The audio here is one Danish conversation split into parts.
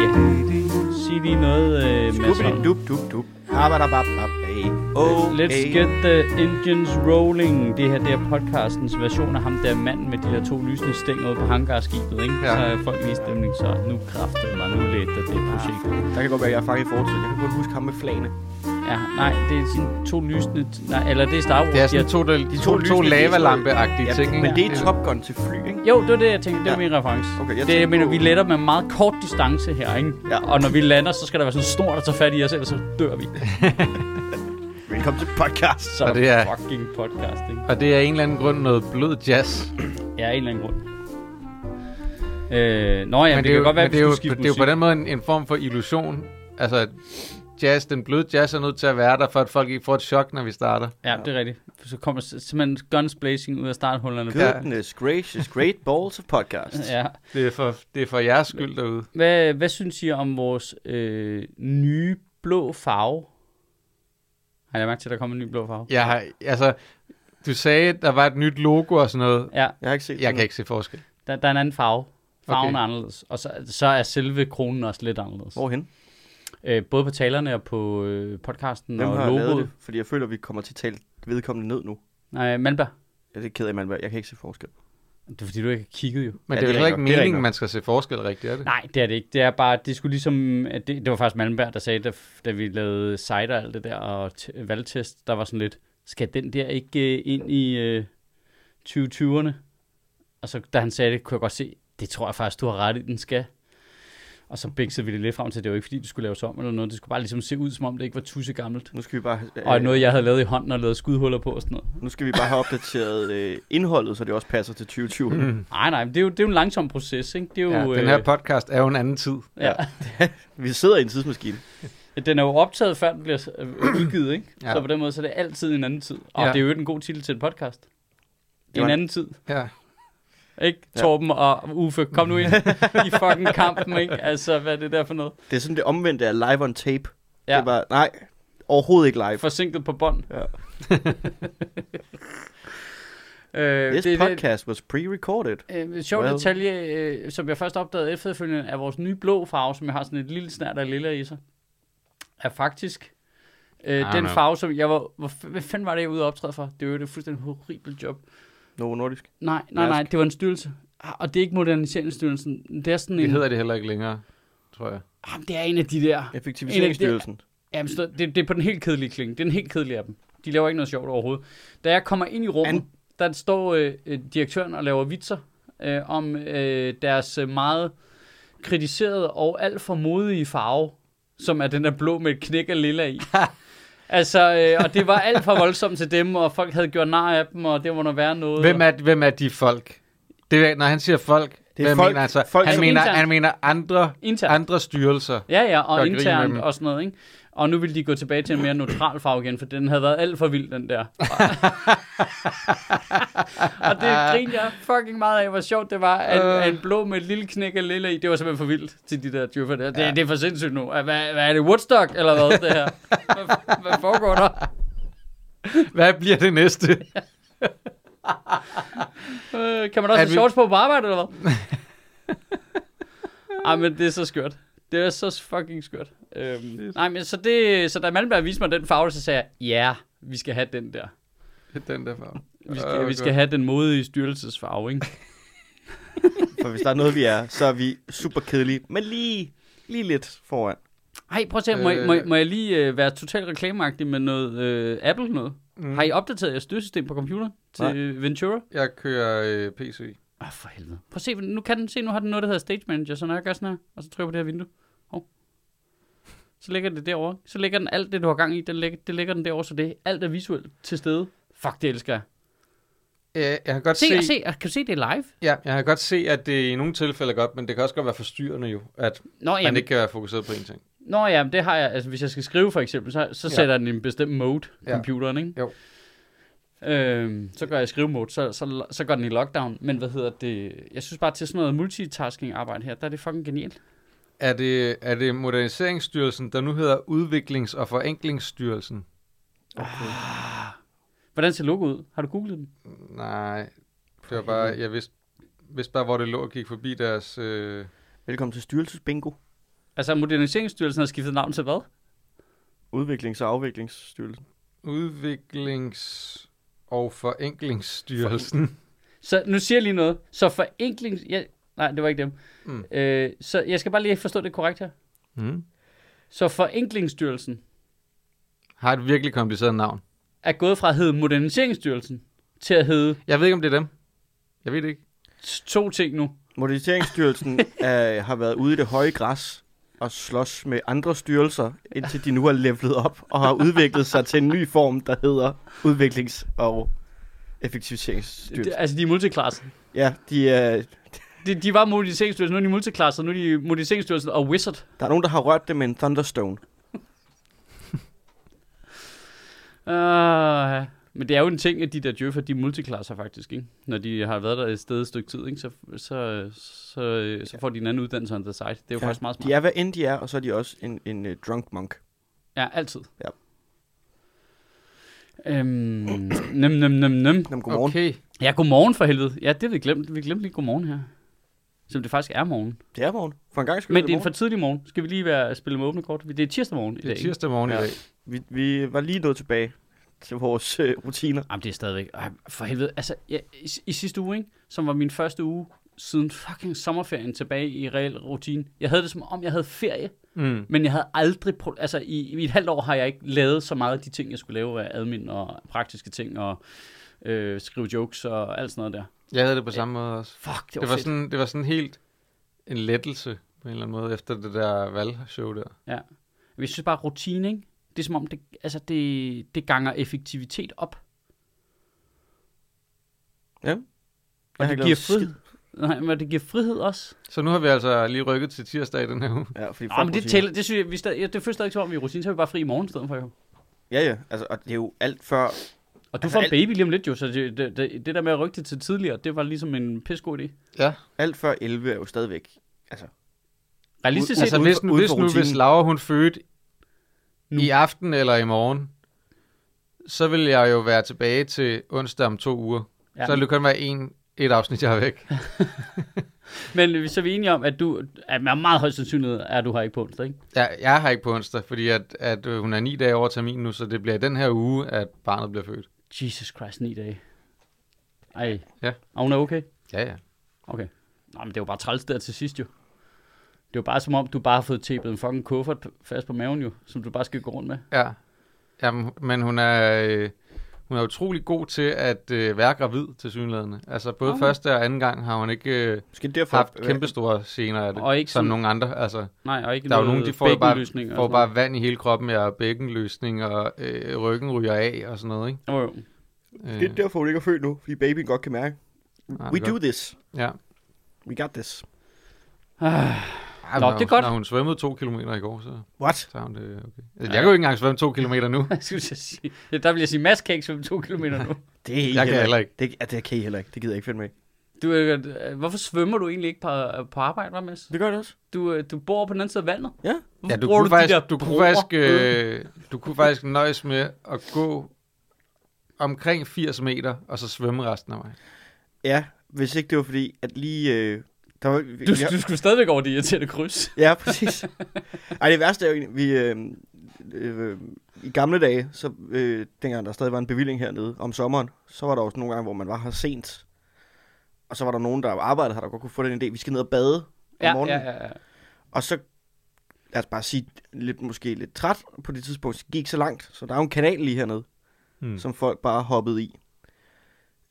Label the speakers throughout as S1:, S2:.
S1: Ja, sig lige noget, øh, Mads
S2: Altså.
S1: Holm.
S3: Dup, dup, dup. Abadababab, hey. Oh,
S1: Let's
S3: hey.
S1: get the engines rolling. Det her det er podcastens version af ham der manden med de her to lysende stænger ude på hangarskibet, ikke? Ja.
S3: Ja.
S1: Så er folk i stemning, så nu kræfter mig nu lidt af det projekt.
S3: Der kan godt være, at jeg er fanget i fortiden. Jeg kan kun huske ham med flagene.
S1: Ja, nej, det er sådan to lysende... Nej, eller det er Star Wars.
S2: Det er
S1: de
S2: sådan
S1: har-
S2: to, der, de to, to
S3: lysende
S2: lavalampe-agtige
S3: Ja,
S2: ting, ikke?
S3: men det er
S2: Ja.
S3: Top Gun til fly, ikke?
S1: Jo, det var det, jeg tænkte. Det var
S3: Ja.
S1: min reference.
S3: Okay, jeg
S1: det, jeg
S3: tænkte
S1: mener,
S3: på-
S1: vi letter med meget kort distance her, ikke?
S3: Ja.
S1: Og når vi lander, så skal der være sådan en snor, der tager fat i os, ellers så dør vi.
S3: Velkommen til podcast.
S1: Så
S2: Og det er-
S1: fucking podcast, ikke?
S2: Og det er af en eller anden grund noget blød jazz.
S1: Ja, af en eller anden grund. Øh, nå ja, men det, kan
S2: jo-
S1: godt være,
S2: men
S1: at vi
S2: det, er
S1: skulle
S2: jo,
S1: skifte
S2: det er jo
S1: musik.
S2: på den måde en, en form for illusion. Altså, at jazz, den bløde jazz er nødt til at være der, for at folk ikke får et chok, når vi starter.
S1: Ja, det er rigtigt. Så kommer s- simpelthen guns blazing ud af starthullerne.
S2: Good.
S3: Goodness gracious, great balls of podcast.
S1: Ja.
S2: Det er for, det er for jeres skyld derude.
S1: Hvad, hvad synes I om vores øh, nye blå farve? Har jeg mærket til, at der kommer en ny blå farve?
S2: Jeg har, altså, du sagde, at der var et nyt logo og sådan noget.
S1: Ja,
S3: Jeg har ikke set
S2: Jeg
S3: den.
S2: kan ikke se forskel.
S1: der, der er en anden farve. Farven
S2: Okay.
S1: okay. er anderledes. Og så, så er selve kronen også lidt anderledes.
S3: Hvorhen?
S1: Øh, både på talerne og på øh, podcasten
S3: Hvem har
S1: og
S3: lavet
S1: logoet.
S3: det? Fordi jeg føler, at vi kommer til at tale vedkommende ned nu.
S1: Nej, Malberg.
S3: Jeg er lidt ked af, man. Jeg kan ikke se forskel.
S1: Det er fordi, du ikke har kigget jo.
S2: Men
S3: Ja,
S2: det er
S3: det er
S2: jo ikke
S3: rigtig nok. Det er rigtig
S2: meningen,
S3: nok.
S2: man skal se forskel rigtigt, er det?
S1: Nej, det er det ikke. Det er bare, det skulle ligesom, at det, det var faktisk Malmberg, der sagde, da, da vi lavede cider og alt det der, og t- valgtest, der var sådan lidt, skal den der ikke øh, ind i øh, 2020'erne? Og så da han sagde det, kunne jeg godt se, det tror jeg faktisk, du har ret i, den skal. Og så bæksede vi det lidt frem til, at det var ikke fordi, det skulle laves om eller noget. Det skulle bare ligesom se ud, som om det ikke var tusse gammelt.
S3: Nu skal vi bare,
S2: Øh.
S3: øh,
S1: Og noget, jeg havde lavet i hånden og lavet skudhuller på og sådan noget.
S3: nu skal vi bare have opdateret øh, indholdet, så det også passer til 2020. Mm.
S1: Nej, nej, men det er jo, det er jo en langsom proces, ikke? Det er jo,
S2: Ja, den
S1: øh,
S2: her podcast er jo en anden tid.
S1: ja.
S3: Vi sidder i en tidsmaskine.
S1: Den er jo optaget, før den bliver øh, udgivet, ikke? Ja.
S2: Ja.
S1: Så på den måde, så er det altid en anden tid. Og ja.
S2: Ja.
S1: det er jo en god titel til en podcast.
S3: var
S1: En
S3: en-
S1: anden tid,
S2: Ja.
S1: ikke? Ja.
S3: Ja.
S1: Torben og Uffe, kom nu ind i fucking kampen, ikke? Altså, hvad er det der for noget?
S3: Det er sådan det omvendte af live on tape. Ja.
S1: Ja,
S3: Det er bare, nej, overhovedet ikke live.
S1: forsinket på bånd.
S3: Ja.
S1: øh,
S3: This
S1: det, det,
S3: podcast was pre-recorded.
S1: øh, sjov
S3: Well.
S1: detalje, øh, som jeg først opdagede efterfølgende, er vores nye blå farve, som jeg har sådan et lille snært af lilla i sig, er faktisk
S2: I
S1: øh,
S2: don't
S1: den
S2: know.
S1: farve, som jeg var... Hvor, f- hvad fanden var det, jeg var ude og optræde for? Det var jo et fuldstændig horribelt job.
S3: Novo Nordisk.
S1: Nej, nej, nej, det var en styrelse. Ah, Og det er ikke Moderniseringsstyrelsen. Det er sådan en...
S2: Det hedder det heller ikke længere, tror jeg.
S1: Jamen, det er en af de der...
S3: Effektiviseringsstyrelsen.
S1: Jamen, så det, det er på den helt kedelige klinge. Det er den helt kedelige af dem. De laver ikke noget sjovt overhovedet. Da jeg kommer ind i rummet,
S3: An-
S1: der står øh, øh, direktøren og laver vitser øh, om øh, deres øh, meget kritiserede og alt for modige farve, som er den der blå med et knæk af lilla i. altså, øh, og det var alt for voldsomt til dem, og folk havde gjort nar af dem, og det var noget værre noget.
S2: Hvem er, hvem er de folk? Det er, når han siger folk,
S3: Det er
S2: det er
S3: folk-
S2: folk, mener han, så?
S3: folk-
S2: han,
S1: Altså
S2: mener,
S1: internt.
S2: han mener andre,
S1: Internt.
S2: andre styrelser.
S1: Ja, ja,
S2: Der
S1: og
S2: er grin med
S1: internt
S2: dem.
S1: og sådan noget, ikke? Og nu vil de gå tilbage til en mere neutral farve igen, for den havde været alt for vild, den der. og det griner jeg fucking meget af, hvor sjovt det var, at,
S2: Øh.
S1: at en blå med et lille knæk af lille i, det var simpelthen for vildt til de der djøffer der. Det, det er for sindssygt nu. Hvad, hvad er det, Woodstock eller hvad, det her? Hvad, hvad foregår der?
S2: Hvad bliver det næste?
S1: Øh, kan man også
S2: At
S1: have
S2: vi-
S1: shorts på på arbejde, eller hvad? Ej, men det er så skørt. Det er så fucking skørt. Øhm, nej, men så, det, så da Malmberg viste mig den farve, så sagde jeg, ja, yeah, vi skal have den der.
S2: Den der farve.
S1: Vi skal,
S2: Åh,
S1: vi skal
S2: godt.
S1: have den modige styrelsesfarve, ikke?
S3: For hvis der er noget, vi er, så er vi super kedelige. Men lige, lige lidt foran.
S1: Ej, prøv at se, må, øh, må, må jeg lige øh, være totalt reklameagtig med noget øh, Apple noget? Mm. Har I opdateret jeres styresystem på computeren til
S3: Nej.
S1: Ventura?
S2: Jeg kører øh, PC.
S1: Ah, for helvede. Prøv at se, nu kan den se, nu har den noget, der hedder Stage Manager, så når jeg gør sådan her, og så trykker jeg på det her vindue, hov, så ligger det derovre. Så ligger den alt det, du har gang i, den ligger, det ligger den derovre, så det alt er visuelt til stede. Fuck, det elsker jeg.
S2: Øh, jeg kan godt
S1: Se,
S2: se,
S1: se. se, ah, kan du se, det er live?
S2: Ja, jeg kan godt se, at det i nogle tilfælde er godt, men det kan også godt være forstyrrende jo, at
S1: Nå,
S2: man
S1: jamen,
S2: ikke kan være fokuseret på én ting.
S1: Nå ja, men det har jeg. Altså, hvis jeg skal skrive for eksempel, så, så
S2: Ja.
S1: ja. sætter den i en bestemt mode,
S2: Ja.
S1: ja. computeren, ikke?
S2: Jo.
S1: Øhm, så gør jeg skrive mode, så, så, så går den i lockdown. Men hvad hedder det? Jeg synes bare, til sådan noget multitasking-arbejde her, der er det fucking genialt.
S2: Er det, er det Moderniseringsstyrelsen, der nu hedder Udviklings- og Forenklingsstyrelsen?
S1: Hvordan ser logoet ud? Har du googlet den?
S2: Nej, det var bare, jeg vidste, vidste bare, hvor det lå og gik forbi deres... Øh,
S3: Velkommen til Styrelsesbingo.
S1: Altså, Moderniseringsstyrelsen har skiftet navn til hvad?
S3: Udviklings- og afviklingsstyrelsen.
S2: udviklings- og Forenklingsstyrelsen.
S1: Så nu siger jeg lige noget. Så forenkling... Ja, nej, det var ikke dem.
S2: Mm.
S1: Mm. Øh, så jeg skal bare lige forstå det korrekt her.
S2: Mm.
S1: Så Forenklingsstyrelsen
S2: Har et virkelig kompliceret navn.
S1: er gået fra at hedde Moderniseringsstyrelsen til at hedde
S2: Jeg ved ikke, om det er dem. Jeg ved det ikke.
S1: to ting nu.
S3: Moderniseringsstyrelsen er, har været ude i det høje græs og slås med andre styrelser, indtil de nu har levelet op og har udviklet sig til en ny form, der hedder Udviklings- og
S1: Det,
S3: Effektiviseringsstyrelsen.
S1: altså, de er multiklassen.
S3: Ja, de øh, er,
S1: De, de var Moderniseringsstyrelsen, nu er de Multiclass, og nu er de Moderniseringsstyrelsen og Wizard.
S3: der er nogen, der har rørt det med en Thunderstone.
S1: Uh, men det er jo en ting, at de der djøffer, de er multiklasser faktisk, ikke? Når de har været der et sted et stykke tid, ikke? Så, så, så, øh, så får de en anden uddannelse on the side. Det er jo ja, faktisk meget smart.
S3: De er, hvad end de er, og så er de også en, en uh, drunk monk.
S1: Ja, altid.
S3: Ja.
S1: Øhm, nem, nem, nem, nem.
S3: Jamen, godmorgen. Okay.
S2: Okay.
S1: Ja, godmorgen for helvede. Ja, det har vi glemt. Vi glemte lige godmorgen her. Som det faktisk er morgen.
S3: Det er morgen. For en gang skal
S1: Men
S3: vi
S1: det er en for tidlig morgen. Skal vi lige være spille med åbne kort? Det er tirsdag morgen i
S2: Det
S1: dag.
S2: er
S1: ikke?
S2: tirsdag morgen ja. i
S3: Ja.
S2: dag.
S3: vi, vi var lige nået tilbage til vores øh, rutiner.
S1: Jamen, det er stadigvæk... Ej, for helvede. Altså, jeg, i, i sidste uge, ikke, som var min første uge siden fucking sommerferien tilbage i reel rutine. Jeg havde det som om, jeg havde ferie,
S2: Mm.
S1: men jeg havde aldrig... Pro- altså, i, i et halvt år har jeg ikke lavet så meget af de ting, jeg skulle lave af admin og praktiske ting og øh, skrive jokes og alt sådan noget der.
S2: Jeg havde det på samme måde også.
S1: Fuck, det var,
S2: Det var,
S1: fedt. Sådan...
S2: sådan, det var sådan helt en lettelse på en eller anden måde, efter det der valgshow der.
S1: Jeg synes bare, rutine, ikke? Det er som om, det, altså, det, det ganger effektivitet op.
S3: Ja.
S1: Og
S3: Jeg har
S1: det
S3: ikke
S1: giver
S3: lavet skid.
S1: frihed. Nej, men det giver frihed også.
S2: Så nu har vi altså lige rykket til tirsdag i den her uge.
S3: Ja, fordi
S1: Nå,
S3: folk
S1: men det
S3: rutiner.
S1: tæller, det synes jeg, vi stadig, ja, det føles stadig som om, vi er rutine, så er vi bare fri i morgen i stedet for, jo.
S3: Ja, ja. Altså, og det er jo alt før...
S1: Og du
S3: Altså,
S1: altså, får en
S3: alt-
S1: baby lige om lidt jo, så det, det, det, det der med at rykke det til tidligere, det var ligesom en pissegod idé.
S2: Ja.
S3: Alt før 11 er jo stadigvæk... Altså,
S1: Realistisk set,
S2: Altså,
S3: ude
S2: hvis,
S3: for-
S2: nu,
S3: ude
S2: hvis
S3: for
S2: nu, hvis
S3: rutinen.
S2: Laura hun fødte
S1: Nu.
S2: i aften eller i morgen, så vil jeg jo være tilbage til onsdag om to uger. Ja.
S1: Ja.
S2: Så vil det kun være en, et afsnit, jeg er væk.
S1: men så er vi enige om, at du at med meget høj sandsynlighed er, at du har ikke på onsdag, ikke?
S2: Jeg, jeg har ikke på onsdag, fordi at, at øh, hun er ni dage over termin nu, så det bliver i den her uge, at barnet bliver født.
S1: Jesus Christ, ni dage. Ej.
S2: Ja.
S1: Og hun er okay?
S2: Ja, ja.
S1: Okay. Nå, men det var bare træls der til sidst jo. Det var bare som om, du bare har fået tæppet en fucking kuffert fast på maven jo, som du bare skal gå rundt med.
S2: Ja. Jamen, men hun er, øh, hun er utrolig god til at øh, være gravid til synlædende. Altså både okay.
S1: Okay.
S2: første og anden gang har hun ikke øh,
S3: måske derfor...
S2: haft kæmpe store scener af det,
S1: Og ikke
S2: som
S1: sådan-
S2: nogle andre. Altså,
S1: Nej, og ikke
S2: der er jo
S1: noget
S2: nogen, de får jo bare,
S1: bækkenløsning og
S2: får
S1: sådan noget.
S2: bare vand i hele kroppen, ja, og bækkenløsning, og øh, ryggen ryger af og sådan noget. Ikke?
S1: Jo, jo.
S2: Øh,
S3: Det er derfor, hun ikke er født nu, fordi babyen godt kan mærke.
S2: nej,
S3: We do
S2: det er Øh, godt.
S3: this.
S2: Ja.
S3: We got this.
S1: Ah, Nå,
S2: Ej, når,
S1: det er
S2: hun-
S1: godt.
S2: Når hun svømmede to kilometer i går, så
S3: What?
S2: tager hun det okay. Altså, jeg kan jo ikke engang svømme to kilometer nu.
S1: jeg skulle til at sige. Ja, Der vil jeg sige, Mads kan ikke svømme to kilometer nu.
S3: Det er I
S2: Jeg kan heller ikke.
S3: Det, ja, det kan I heller ikke. Det gider jeg ikke finde med.
S1: Du, øh, hvorfor svømmer du egentlig ikke på, øh, på arbejde, hvad Mads?
S3: Det gør det også.
S1: Du, øh, du bor på den anden side af vandet.
S3: Ja.
S1: Hvorfor
S2: Ja, du
S1: bruger
S2: kunne,
S1: de
S2: faktisk,
S1: der
S2: du, kunne
S1: broer?
S2: faktisk, øh, du kunne faktisk nøjes med at gå omkring 80 meter, og så svømme resten af vejen.
S3: Ja, hvis ikke det var fordi, at lige... Øh, der var,
S1: Du,
S3: jeg-
S1: du skulle stadigvæk over det irriterende kryds.
S3: Ja, præcis. Ej, det værste er jo egentlig, vi... Øh, øh, I gamle dage, så øh, dengang der stadig var en bevilling hernede om sommeren, så var der også nogle gange, hvor man var her sent. Og så var der nogen, der arbejdede her, der godt kunne få den idé, vi skal ned og bade om
S1: Ja,
S3: morgenen.
S1: ja, ja, ja.
S3: Og så, lad os bare sige, lidt, måske lidt træt på det tidspunkt, så gik ikke så langt. Så der er jo en kanal lige hernede,
S2: Hmm.
S3: mm. som folk bare hoppede i.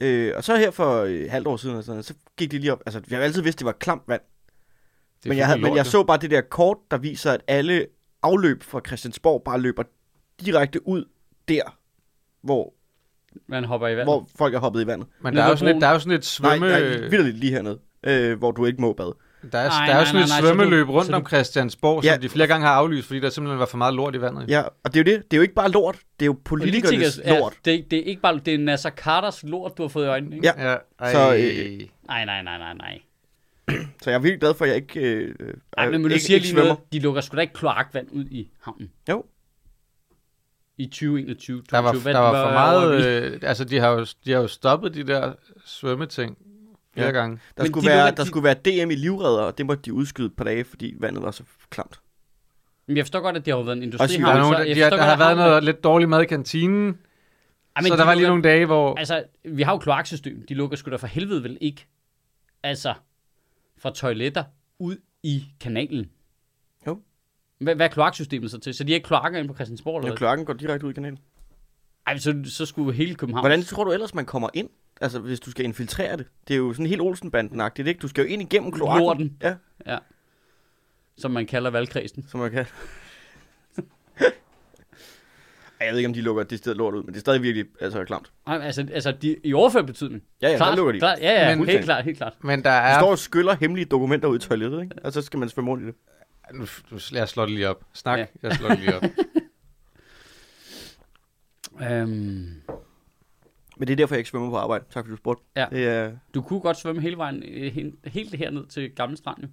S3: Øh, og så her for øh, halvt år siden, eller sådan, noget, så gik de lige op. Altså, jeg har altid vidst, det var klamt vand.
S2: Det er
S3: Men jeg, havde,
S2: fucking
S3: men jeg
S2: lort,
S3: så bare det der kort, der viser, at alle afløb fra Christiansborg bare løber direkte ud der, hvor
S1: Man hopper i vand.
S3: hvor folk er hoppet i vandet.
S2: Men
S1: Nede
S2: der er,
S1: ved
S2: jo sådan
S1: broen.
S2: et, der er jo sådan et
S3: Nej,
S2: svømme...
S3: nej, vildt lige hernede, øh, hvor du ikke må bade.
S2: Der er,
S1: Nej,
S2: der er
S1: nej,
S2: jo sådan
S1: nej, nej, så
S2: et svømmeløb
S1: du-
S2: rundt
S1: så du-
S2: om Christiansborg,
S3: Ja.
S2: som de flere gange har aflyst, fordi der simpelthen var for meget lort i vandet.
S3: Ja, og det er jo det. Det er jo ikke bare lort. Det er jo politikernes
S1: ja,
S3: lort.
S1: Det, er ikke- det er ikke bare det er Nasser Carters lort, du har fået i øjnene. Ikke?
S3: Ja. Øh,
S2: ja. Ej.
S3: Så,
S2: Så,
S3: øh,
S2: øh,
S1: Nej, nej, nej, nej, nej.
S3: Så jeg er virkelig glad for, at jeg ikke, øh, øh,
S1: Ej, men, men du
S3: ikke,
S1: siger
S3: ikke
S1: lige
S3: svømmer.
S1: noget. De lukker sgu da ikke kloakvand ud i havnen.
S3: Jo.
S1: I 2021.
S2: der, var,
S1: 2022. Hvad-
S2: der var for
S1: hvad-
S2: meget... Øh, altså, de har, jo, de har jo stoppet de der svømmeting
S3: Ja.
S2: flere ja. gange.
S3: Der,
S1: Men
S3: skulle,
S1: de
S3: være,
S1: lukker-
S3: der
S1: de-
S3: skulle være DM i livredder, og det måtte de udskyde et par dage, fordi vandet var så klamt.
S1: Men jeg forstår godt, at det har jo været en
S3: syge.
S2: Der,
S1: industrihavn.
S2: er
S1: så
S2: nogen, der,
S1: jeg
S2: de
S1: forstår godt,
S2: har, der har
S1: at
S2: været
S1: havnen-
S2: noget lidt dårlig mad i kantinen,
S1: Ej, men
S2: så
S1: de
S2: der var
S1: lukker-
S2: lige nogle dage, hvor...
S1: Altså, vi har jo kloaksystem. De lukker sgu da for helvede vel ikke. Altså, fra toiletter ud i kanalen.
S3: Jo.
S1: Hvad, hvad er kloaksystemet så til? Så de har ikke kloakker ind på Christiansborg? Eller?
S3: Når
S1: hvad?
S3: kloakken går direkte ud i kanalen.
S1: Ej, så, så skulle hele København...
S3: Hvordan tror du ellers, man kommer ind? Altså, hvis du skal infiltrere det. Det er jo sådan helt Olsenbanden-agtigt, ikke? Du skal jo ind igennem kloakken.
S1: Lorten.
S3: Ja,
S1: Som man kalder valgkredsen.
S3: som man kan. Ej, jeg ved ikke, om de lukker det sted lort ud, men det er stadig virkelig altså, klamt.
S1: Ej, men altså, altså de, i overført betydning.
S3: Ja, ja, der
S1: klart,
S3: lukker de.
S1: Klart, ja, ja,
S2: Men-
S1: helt klart, helt klart.
S2: Men der
S3: De
S2: er...
S3: står og skyller hemmelige dokumenter ud i toilettet, ikke? Og så skal man svømme rundt i det.
S2: Nu, nu, jeg slår det lige op. Snak,
S1: Ja.
S2: ja. jeg slår det lige op.
S1: Øhm,
S3: Men det er derfor, jeg ikke svømmer på arbejde. Tak fordi du spurgte.
S1: Ja.
S3: Det er,
S1: du kunne godt svømme hele vejen, øh, hen- helt herned til Gamle Strand, jo.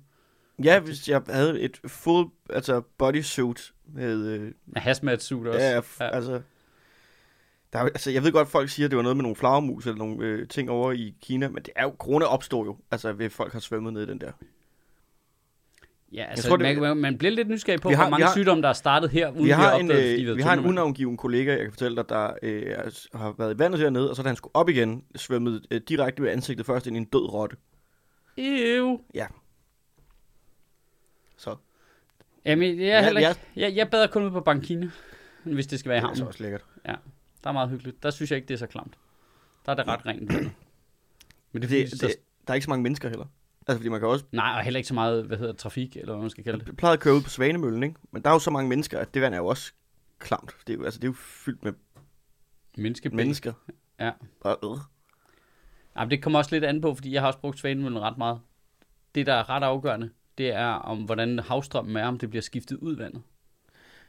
S3: ja, hvis jeg havde et full altså bodysuit med... Øh,
S1: Med hazmat-suit også.
S3: ja, f- ja, altså... Der er, jo- altså, jeg ved godt, at folk siger, at det var noget med nogle flagermus eller nogle øh, ting over i Kina, men det er jo, corona opstod jo, altså ved at folk har svømmet ned i den der.
S1: ja altså,
S3: tror,
S1: tror,
S3: det-
S1: man, man bliver lidt nysgerrig på,
S3: Vi har-
S1: hvor
S3: vi
S1: mange
S3: har-
S1: sygdomme, der er startet her, uden
S3: Vi har, en,
S1: opdaget, fordi vi
S3: øh,
S1: havde
S3: vi har en
S1: tømmermænd.
S3: unavngiven kollega, jeg kan fortælle dig, der øh, er s- har været i vandet hernede, og så da han skulle op igen, svømmede øh, direkte med ansigtet først ind i en død rotte.
S1: Ew.
S3: Så
S1: Jamen, jeg,
S3: Ja,
S1: ja, heller ikke. Jeg, jeg bader kun ud på Bankine, hvis det skal være i
S3: det er altså
S1: havnen.
S3: også lækkert.
S1: Der er meget hyggeligt. Der synes jeg ikke, det er så klamt. Der er det ret rent. Men
S3: Det,
S1: det, det,
S3: det,
S1: det,
S3: der er ikke så mange mennesker heller. Altså, fordi man kan også
S1: nej, og heller ikke så meget, hvad hedder trafik, eller hvad man skal kalde det.
S3: Jeg plejede at køre ud på Svanemøllen, ikke? Men der er jo så mange mennesker, at det vand er jo også klamt. Det er jo, altså, det er jo fyldt med
S1: Menneske.
S3: mennesker.
S1: Ja.
S3: Og, øh.
S1: Ja, men det kommer også lidt an på, fordi jeg har også brugt Svanemøllen ret meget. Det, der er ret afgørende, det er, om hvordan havstrømmen er, om det bliver skiftet ud i vandet.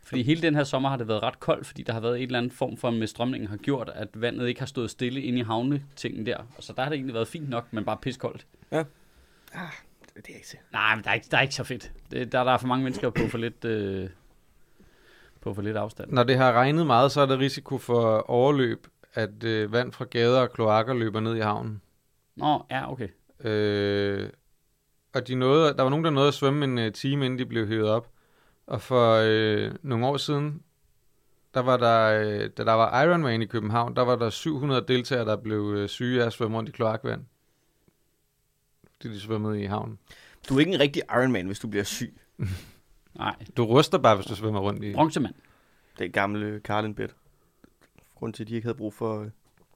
S1: Fordi hele den her sommer har det været ret koldt, fordi der har været en eller anden form for, med strømningen har gjort, at vandet ikke har stået stille inde i havnetingen der. Og så der har det egentlig været fint nok, men bare piskoldt.
S3: Det er ikke sikkert.
S1: Nej, men der er ikke, der er ikke så fedt. Det, der, der er for mange mennesker på for lidt, øh, på for lidt afstand.
S2: Når det har regnet meget, så er der risiko for overløb, at øh, vand fra gader og kloakker løber ned i havnen.
S1: Nå, ja, okay.
S2: Øh, og de nåede, der var nogen, der nåede at svømme en øh, time, inden de blev hævet op. Og for øh, nogle år siden, der var der, øh, da der var Ironman i København, der var der 700 deltagere, der blev øh, syge af at svømme rundt i kloakvand. Fordi de svømmede i havnen.
S3: Du er ikke en rigtig Iron Man, hvis du bliver syg.
S1: Nej,
S2: Du ruster bare, hvis du svømmer rundt i...
S1: bronzemand.
S3: Det er gamle Carlinbet. Grunden til, at de ikke havde brug for øh,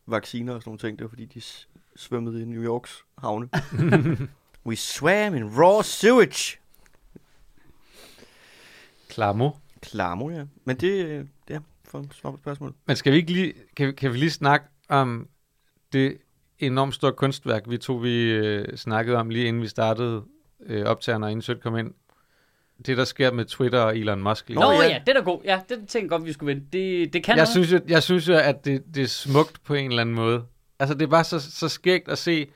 S3: vacciner og sådan nogle ting, det var, fordi de s- svømmede i New Yorks havne. We swam in raw sewage.
S2: Klamo.
S3: Klamo, ja. Men det, øh, ja, for at svare på spørgsmålet.
S2: Men skal vi ikke lige, kan, kan vi lige snakke om det enormt store kunstværk, vi to vi øh, snakkede om lige inden vi startede øh, optagerne og inden Sødt kom ind? Det, der sker med Twitter og Elon Musk. lige
S1: Nå,
S3: Nå,
S1: Nå
S3: ja.
S1: ja. ja, det er da god. Ja, det tænkte jeg godt, vi skulle vende. Det, det kan
S2: jeg
S1: noget.
S2: synes, jo, jeg synes jo, at det, det er smukt på en eller anden måde. Altså, det er bare så, så skægt at se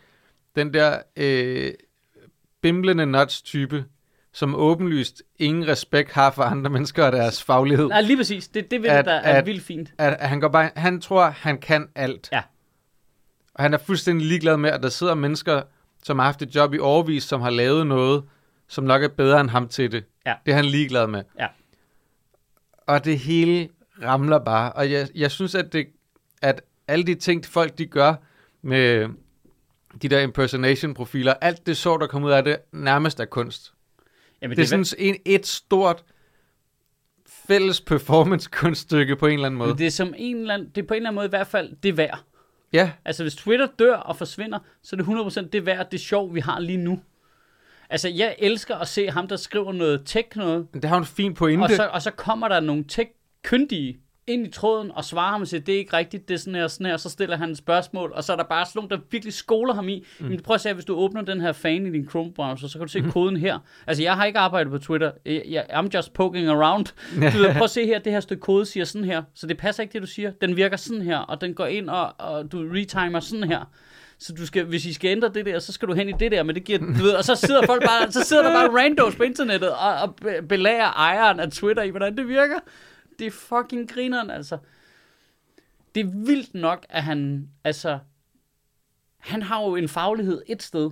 S2: den der øh, bimlende nuts-type, som åbenlyst ingen respekt har for andre mennesker og deres faglighed.
S1: Nej, lige præcis. Det, det ved jeg,
S2: At-
S1: der er
S2: at-
S1: vildt fint.
S2: At, at han, går bare, han tror, han kan alt.
S1: Ja.
S2: Og han er fuldstændig ligeglad med, at der sidder mennesker, som har haft et job i overvis, som har lavet noget, som nok er bedre end ham til det.
S1: Ja.
S2: Det er han ligeglad med.
S1: Ja.
S2: Og det hele ramler bare. Og jeg, jeg synes, at, det, at alle de ting, folk de gør med de der impersonation-profiler, alt det så, der kom ud af det, nærmest er kunst.
S1: Jamen,
S2: Det, det er sådan en, et stort fælles performance-kunststykke på en eller anden måde.
S1: men det er som en eller anden, det er på en eller anden måde i hvert fald det værd.
S2: Ja,
S1: Altså, hvis Twitter dør og forsvinder, så er det 100% det værd, det sjov, vi har lige nu. Altså, jeg elsker at se ham, der skriver noget tech noget,
S2: men det har jo en fin pointe.
S1: og så, og så kommer der nogle tech-kyndige, ind i tråden og svarer ham og siger, det er ikke rigtigt, det er sådan her og sådan her, og så stiller han et spørgsmål, og så er der bare sådan nogle, der virkelig skoler ham i. Mm. Men prøv at se, her, hvis du åbner den her fan i din Chrome-browser, så kan du se mm. koden her. Altså, jeg har ikke arbejdet på Twitter. Jeg, jeg, I'm just poking around. Du ved, prøv at se her, det her stykke kode siger sådan her, så det passer ikke, det du siger. Den virker sådan her, og den går ind, og, og du retimer sådan her. Så du skal, hvis I skal ændre det der, så skal du hen i det der, men det giver, du ved, og så sidder folk bare, så sidder der bare randos på internettet og, og be- belager ejeren af Twitter i, hvordan det virker. Det er fucking grineren, altså. Det er vildt nok, at han, altså, han har jo en faglighed et sted.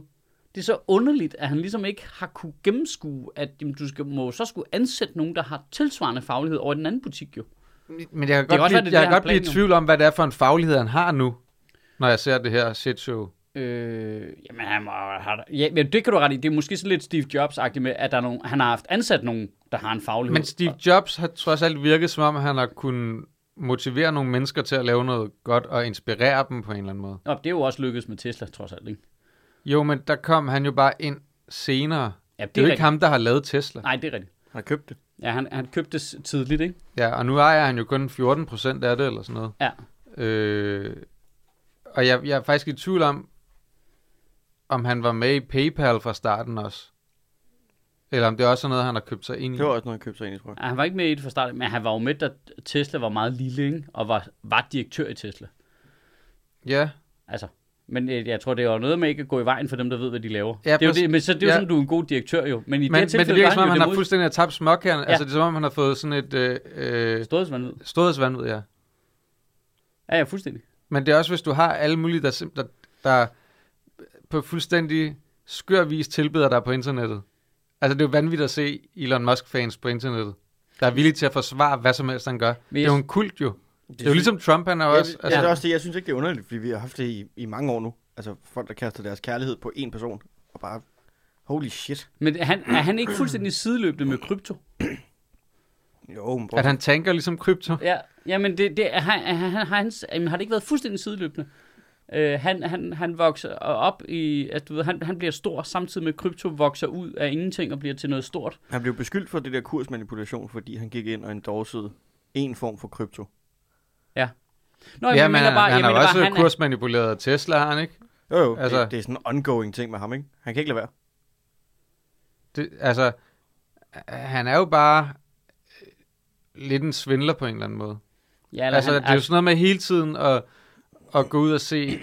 S1: Det er så underligt, at han ligesom ikke har kunne gennemskue, at jamen, du skal, må så skulle ansætte nogen, der har tilsvarende faglighed over i den anden butik jo.
S2: Men jeg kan
S1: kan
S2: godt,
S1: godt være,
S2: blive,
S1: det er
S2: jeg
S1: det,
S2: kan
S1: han
S2: godt blive i
S1: planen jo.
S2: tvivl om, hvad det er for en faglighed, han har nu, når jeg ser det her shit show.
S1: Øh, jamen, han må, har, der- ja, men det kan du ret i. Det er måske sådan lidt Steve Jobs-agtigt med, at der er nogen, han har haft ansat nogen, der har en faglighed.
S2: Men Steve Jobs har trods alt virket som om, han har kunnet motivere nogle mennesker til at lave noget godt og inspirere dem på en eller anden måde.
S1: Nå, det er jo også lykkedes med Tesla, trods alt, ikke?
S2: Jo, men der kom han jo bare ind senere.
S1: Ja,
S2: Det er jo ikke
S1: rigtigt.
S2: ham, der har lavet Tesla.
S1: Nej, det er rigtigt.
S3: Han har købt det.
S1: Ja, han, han købte det s- tidligt, ikke?
S2: Ja, og nu ejer han jo kun 14 procent af det, eller sådan noget.
S1: Ja.
S2: Øh, og jeg, jeg er faktisk i tvivl om, om han var med i PayPal fra starten også. Eller om det også er noget, han har købt sig ind i.
S3: Det var også noget, han købte sig ind i, tror jeg.
S1: Ja, Han var ikke med i det fra starten, men han var jo med, da Tesla var meget lille, ikke? Og var, var direktør i Tesla.
S2: Ja,
S1: Altså, men øh, jeg tror, det er jo noget med ikke at gå i vejen for dem, der ved, hvad de laver.
S2: Ja,
S1: det er jo
S2: præcis.
S1: det, men så det er jo
S2: Ja.
S1: sådan, du er en god direktør jo. Men i det
S2: men,
S1: her
S2: men det
S1: tilfælde
S2: virker
S1: var
S2: som om, han
S1: han,
S2: har
S1: jo det
S2: fuldstændig tabt smok her. Altså, det er som om, han har fået sådan et øh, øh,
S1: fuldstændig...
S2: storhedsvandvid, ja.
S1: Ja, ja, fuldstændig.
S2: Men det er også, hvis du har alle mulige, der, sim- der, der på fuldstændig skør vis tilbeder dig på internettet. Altså, det er jo vanvittigt at se Elon Musk-fans på internettet, der er villige til at forsvare, hvad som helst han gør. Det er jo en kult, jo. Det er jo ligesom Trump, han er
S3: Jeg,
S2: også...
S3: altså,
S2: Altså,
S3: det er også det, jeg synes ikke, det er underligt, fordi vi har haft det i, i mange år nu. Altså folk, der kaster deres kærlighed på én person, og bare, holy shit.
S1: Men han, er han ikke fuldstændig sideløbende med krypto?
S3: Jo, men prøv.
S2: at han tænker ligesom krypto.
S1: Ja, ja men det, det, han, han, han, hans, jamen, har det ikke været fuldstændig sideløbende? Øh, han, han, han vokser op i, at du ved, han, han bliver stor, samtidig med at krypto vokser ud af ingenting og bliver til noget stort.
S3: Han blev beskyldt for det der kursmanipulation, fordi han gik ind og endorsede en form for krypto.
S1: Nå, jeg
S2: Ja,
S1: ja,
S2: men
S1: mener
S2: han,
S1: bare, jeg
S2: han har
S1: mener
S2: jo
S1: bare,
S2: også
S1: han, er-
S2: kursmanipuleret af Tesla, har han ikke?
S3: Jo, jo.
S2: Altså-
S3: Altså, det, det, er sådan en ongoing ting med ham, ikke? Han kan ikke lade være.
S2: Det, altså, han er jo bare øh, lidt en svindler på en eller anden måde.
S1: ja, eller
S2: Altså,
S1: han,
S2: det er jo sådan noget med hele tiden at, at gå ud og se,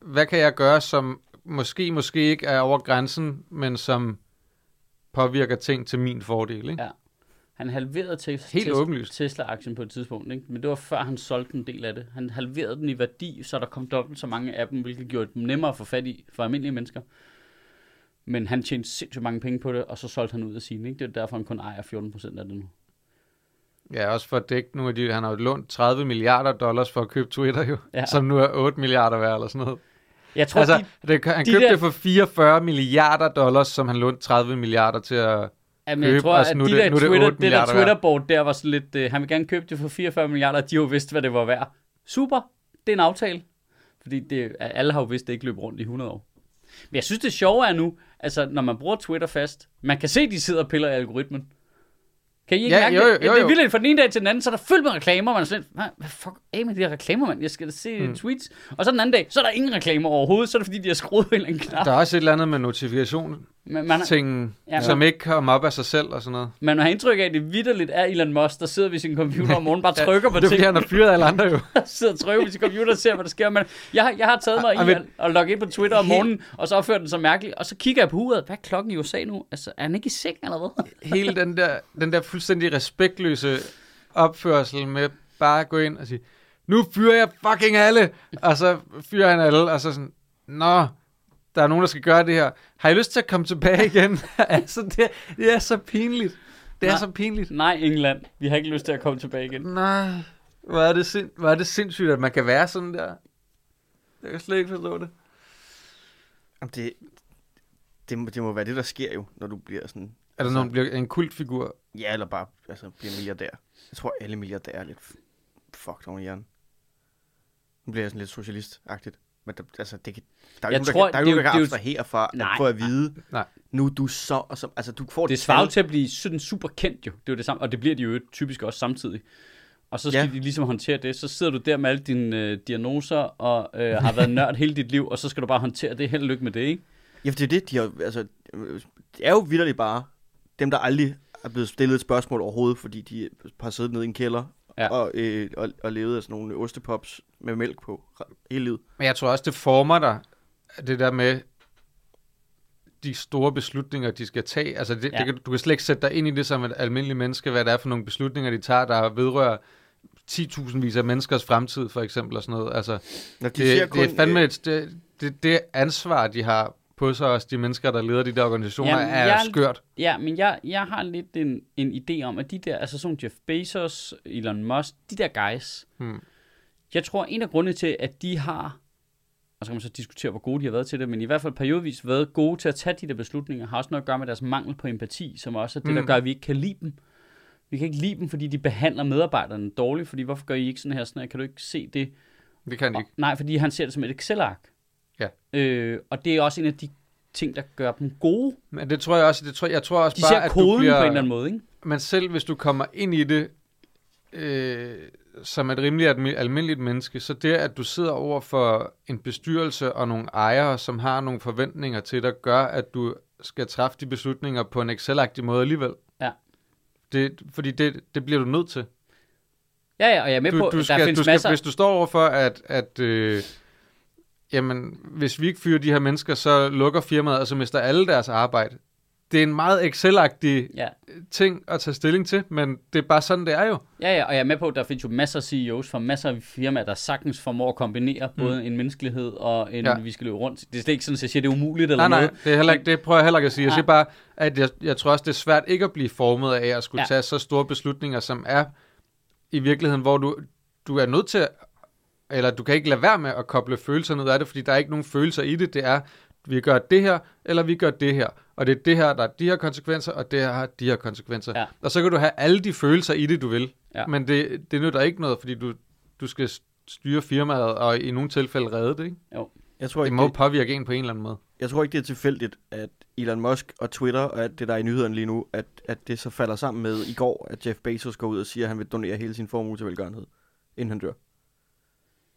S2: hvad kan jeg gøre, som måske, måske ikke er over grænsen, men som påvirker ting til min fordel, ikke?
S1: Ja. han halverede tes,
S2: Helt åbenlyst.
S1: Tesla-aktien på et tidspunkt, ikke? men det var før han solgte en del af det. Han halverede den i værdi, så der kom dobbelt så mange af dem, hvilket gjorde dem nemmere at få fat i for almindelige mennesker. Men han tjente sindssygt mange penge på det, og så solgte han ud af sine. Ikke? Det er derfor, han kun ejer 14% af det nu.
S2: Ja, også for at dække nogle af de, han har jo lånt 30 milliarder dollars for at købe Twitter jo, ja.
S1: Ja.
S2: som nu er 8 milliarder værd eller sådan noget.
S1: Jeg tror,
S2: Altså,
S1: altså, de,
S2: de, det, han
S1: de
S2: købte
S1: der-
S2: det for 44 milliarder dollars, som han lånte 30 milliarder til at...
S1: jamen,
S2: købe
S1: jeg tror,
S2: os,
S1: at
S2: altså, nu er
S1: de
S2: det-
S1: der
S2: nu er det
S1: Twitter,
S2: 8
S1: det, der
S2: milliarder værd.
S1: Twitter-board der var sådan lidt, øh, han vil gerne købe det for 44 milliarder, de har jo vidst, hvad det var værd. Super, det er en aftale. Fordi det, alle har jo vidst, det ikke løb rundt i 100 år. Men jeg synes, det sjove er nu, altså når man bruger Twitter fast, man kan se, de sidder og piller i algoritmen. Kan I ikke
S2: Ja,
S1: mærke
S2: jo,
S1: det?
S2: jo, jo,
S1: det
S2: jo.
S1: er vildt, fra den ene dag til den anden, så er der fyldt med reklamer, man er sådan lidt, "Hva- hvad fuck af med de her reklamer, mand? Jeg skal da se
S2: Hmm.
S1: mm. tweets. Og så den anden dag, så er der ingen reklamer overhovedet, så er det fordi, de har skruet på en eller anden knap.
S2: Der er også et eller andet med notifikation
S1: Man, Ah. man,
S2: ting, ja,
S1: Ja,
S2: som
S1: men-
S2: ikke kommer op af sig selv og sådan noget.
S1: Man har indtryk af, at det vidderligt er Elon Musk, der sidder ved sin computer om morgenen, bare trykker på
S2: Det er fordi,
S1: ting,
S2: han har fyret alle andre jo.
S1: og sidder og trykker på sin computer og ser, hvad der sker. Men jeg, har- jeg har taget mig
S2: Ej,
S1: i
S2: men-
S1: at, at logge ind på Twitter om morgenen, og så opfører den så mærkeligt, og så kigger jeg på uret. Hvad er klokken i USA nu? Altså, er han ikke i seng eller hvad?
S2: hele den der, den der fuldstændig respektløse opførsel med bare at gå ind og sige, nu fyrer jeg fucking alle, og så fyrer han alle, og så sådan, nå, der er nogen, der skal gøre det her. Har I lyst til at komme tilbage igen? altså, det, det er så pinligt. Det er
S1: Nej.
S2: så pinligt.
S1: Nej, England. Vi har ikke lyst til at komme tilbage igen.
S2: Nej, hvor er, det sind, hvor er det sindssygt, at man kan være sådan der. Jeg kan slet ikke forstå det.
S3: Jamen, det, det, må, det må være det, der sker jo, når du bliver sådan...
S2: Er der nogen, der bliver en kultfigur?
S3: Ja, eller bare altså, bliver milliardær. Jeg tror, alle milliardærer er lidt f- fucked over i hjernen. Nu bliver jeg sådan lidt socialist-agtigt. Men der, altså, det kan, der er jo
S1: Jeg
S3: ikke
S1: tror,
S3: nogen, der, kan- der,
S1: det er
S3: er jo nogen,
S1: jo-
S3: der kan
S1: det er jo-
S3: abstrahere fra at
S1: Nej.
S3: få at vide,
S2: Nej.
S3: nu er du så og så. Altså, du får
S1: Det
S3: et
S1: svarer jo
S3: tal.
S1: til at blive sådan super kendt jo. Det er jo det samme. Og det bliver de jo typisk også samtidig. og så skal
S3: Ja.
S1: ja. de ligesom håndtere det. Så sidder du der med alle dine øh, diagnoser, og øh, har været nørd hele dit liv, og så skal du bare håndtere det. Held og lykke med det, ikke?
S3: Ja, for det er det, de har, altså, øh, det er jo vidderligt bare dem, der aldrig er blevet stillet et spørgsmål overhovedet, fordi de har siddet nede i en kælder
S1: Ja.
S3: ja. og, øh, og, og levet af sådan nogle ostepops med mælk på re- hele livet.
S2: Men jeg tror også, det former dig, det der med de store beslutninger, de skal tage. Altså, det, ja.
S1: Ja.
S2: det, kan- du kan slet ikke sætte dig ind i det som et almindeligt menneske, hvad det er for nogle beslutninger, de tager, der vedrører 10.000 vis af menneskers fremtid, for eksempel, og sådan noget. Altså,
S3: Når
S2: det, det, det er fandme
S3: øh,
S2: et, det, det, det ansvar, de har på sig, også de mennesker, der leder de der organisationer,
S1: Jamen,
S2: Jamen, er
S1: jeg-
S2: jeg... skørt.
S1: Ja, men jeg, jeg har lidt en, en idé om, at de der, altså sådan Jeff Bezos, Elon Musk, de der guys,
S2: Hmm.
S1: jeg tror en af grundene til, at de har, og så kan man så diskutere, hvor gode de har været til det, men i hvert fald periodvis været gode til at tage de der beslutninger, har også noget at gøre med deres mangel på empati, som også er det, der
S2: Mm.
S1: gør, at vi ikke kan lide dem. Vi kan ikke lide dem, fordi de behandler medarbejderne dårligt, fordi hvorfor gør I ikke sådan her, sådan her? kan du ikke se det?
S2: Det kan de ikke.
S1: Nej, fordi han ser det som et Excel-ark.
S2: Ja.
S1: Øh, og det er også en af de ting, der gør dem gode.
S2: Men det tror jeg også, det tror, jeg tror også
S1: De
S2: bare,
S1: ser
S2: at
S1: koden
S2: du bliver...
S1: på en eller anden måde, ikke?
S2: Men selv hvis du kommer ind i det øh, som et rimelig admi- almindeligt menneske, så det, at du sidder over for en bestyrelse og nogle ejere, som har nogle forventninger til dig, gør, at du skal træffe de beslutninger på en excel måde alligevel.
S1: Ja.
S2: Det, fordi det, det bliver du nødt til.
S1: Ja, ja, og jeg er med på,
S2: Du, du
S1: at
S2: skal,
S1: der
S2: du
S1: findes
S2: skal,
S1: masser...
S2: hvis du står over for, at, at øh, jamen, hvis vi ikke fyrer de her mennesker, så lukker firmaet, og så mister alle deres arbejde. Det er en meget Excel-agtig
S1: Ja.
S2: ting at tage stilling til, men det er bare sådan, det er jo.
S1: Ja, ja, og jeg er med på, at der findes jo masser af CEOs fra masser af firmaer, der sagtens formår at kombinere mm. både en menneskelighed og en, ja.
S2: Ja.
S1: vi skal løbe rundt. Det er slet ikke sådan, at jeg siger, det er umuligt eller
S2: Nej, nej,
S1: noget.
S2: det, er heller ikke, det prøver jeg heller ikke at sige. Jeg
S1: Nej.
S2: siger bare, at jeg, jeg tror også, det er svært ikke at blive formet af at skulle
S1: Ja.
S2: ja. tage så store beslutninger, som er i virkeligheden, hvor du, du er nødt til, eller du kan ikke lade være med at koble følelserne ud af det, fordi der er ikke nogen følelser i det. Det er, vi gør det her, eller vi gør det her. Og det er det her, der er de her konsekvenser, og det her har de her konsekvenser.
S1: Ja.
S2: Og så kan du have alle de følelser i det, du vil.
S1: Ja.
S2: Men det, det nytter ikke noget, fordi du, du skal styre firmaet, og i nogle tilfælde redde det, ikke?
S3: øh, jeg, tror
S2: Det
S3: ikke,
S2: må
S3: det,
S2: påvirke en på en eller anden måde.
S3: jeg tror ikke, det er tilfældigt, at Elon Musk og Twitter og alt det, der er i nyhederne lige nu, at, at det så falder sammen med i går, at Jeff Bezos går ud og siger, at han vil donere hele sin formue til velgørenhed, inden han dør.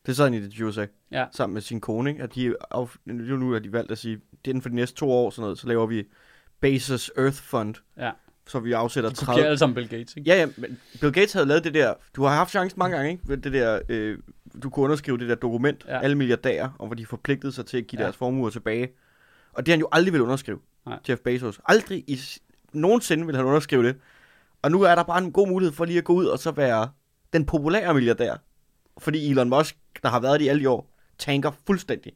S3: Det sad han i det USA.
S1: Ja.
S3: sammen med sin kone, ikke? at de af, nu nu har de valgt at sige, det er inden for de næste to år, sådan noget, så laver vi Bezos Earth Fund,
S1: Ja.
S3: så vi afsætter
S1: De kopierer
S3: 30...
S1: alle sammen Bill Gates, ikke?
S3: Ja, ja, men Bill Gates havde lavet det der, du har haft chancen mange gange, ikke? Med Det der, øh, du kunne underskrive det der dokument,
S1: Ja.
S3: ja. alle milliardærer, og hvor de forpligtede sig til at give
S1: Ja.
S3: ja. deres formuer tilbage. Og det har han jo aldrig ville underskrive,
S1: Nej.
S3: Jeff Bezos. Aldrig i, s- nogensinde ville han underskrive det. Og nu er der bare en god mulighed for lige at gå ud og så være den populære milliardær. Fordi Elon Musk, der har været det i alle de år, tanker fuldstændig.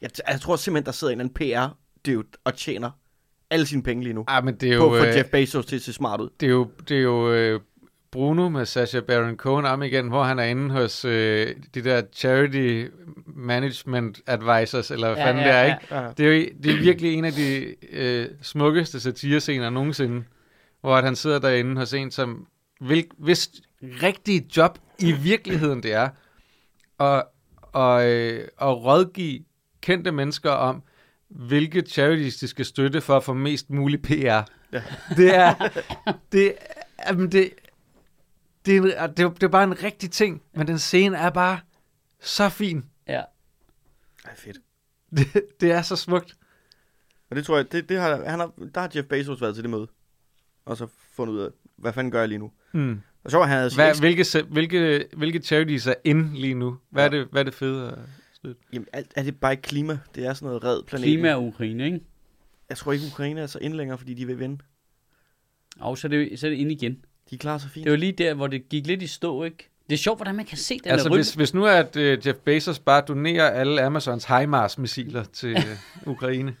S3: Jeg, t- jeg tror simpelthen, der sidder en eller anden PR-dude og tjener alle sine penge lige nu.
S2: Ah, men det er
S3: på
S2: jo,
S3: at få
S2: øh,
S3: Jeff Bezos til at se smart ud.
S2: det er jo, det er jo øh, Bruno med Sacha Baron Cohen om igen, hvor han er inde hos øh, de der charity management advisors, eller hvad
S1: Ja,
S2: ja, fanden
S1: ja,
S2: ja, det er,
S1: ja.
S2: ikke? Det er, jo, det er virkelig en af de øh, smukkeste satirescener nogensinde, hvor at han sidder derinde hos en, som vil, hvis rigtige job i virkeligheden det er, og, og, øh, og rådgive kendte mennesker om, hvilke charities de skal støtte for at få mest mulig PR. Ja. Det er, det, er- jamen det, det, er, en- det, er, jo- det er bare en rigtig ting, men den scene er bare så fin.
S1: Ja.
S3: Ej, fedt.
S2: Det, det er så smukt.
S3: Og det tror jeg, det, det har, han har, der har Jeff Bezos været til det møde. Og så fundet ud af, hvad fanden gør jeg lige nu?
S2: Mm.
S3: Og så var han havde sin
S2: Hvad,
S3: eks-
S2: hvilke, se- hvilke, hvilke charities er inde lige nu? Hvad er
S3: Ja.
S2: det, hvad er det fede? at støtte?
S3: Jamen, alt, er det bare ikke klima? Det er sådan noget red planeten.
S1: Klima og Ukraine, ikke?
S3: Jeg tror ikke, Ukraine er så ind længere, fordi de vil vinde.
S1: Og så er det, så er det ind igen.
S3: De klarer sig fint.
S1: Det var lige der, hvor det gik lidt i stå, ikke? Det er sjovt, hvordan man kan se den
S2: Altså,
S1: der rytme.
S2: hvis, hvis nu er, at uh, Jeff Bezos bare donerer alle Amazons HIMARS-missiler til uh, Ukraine.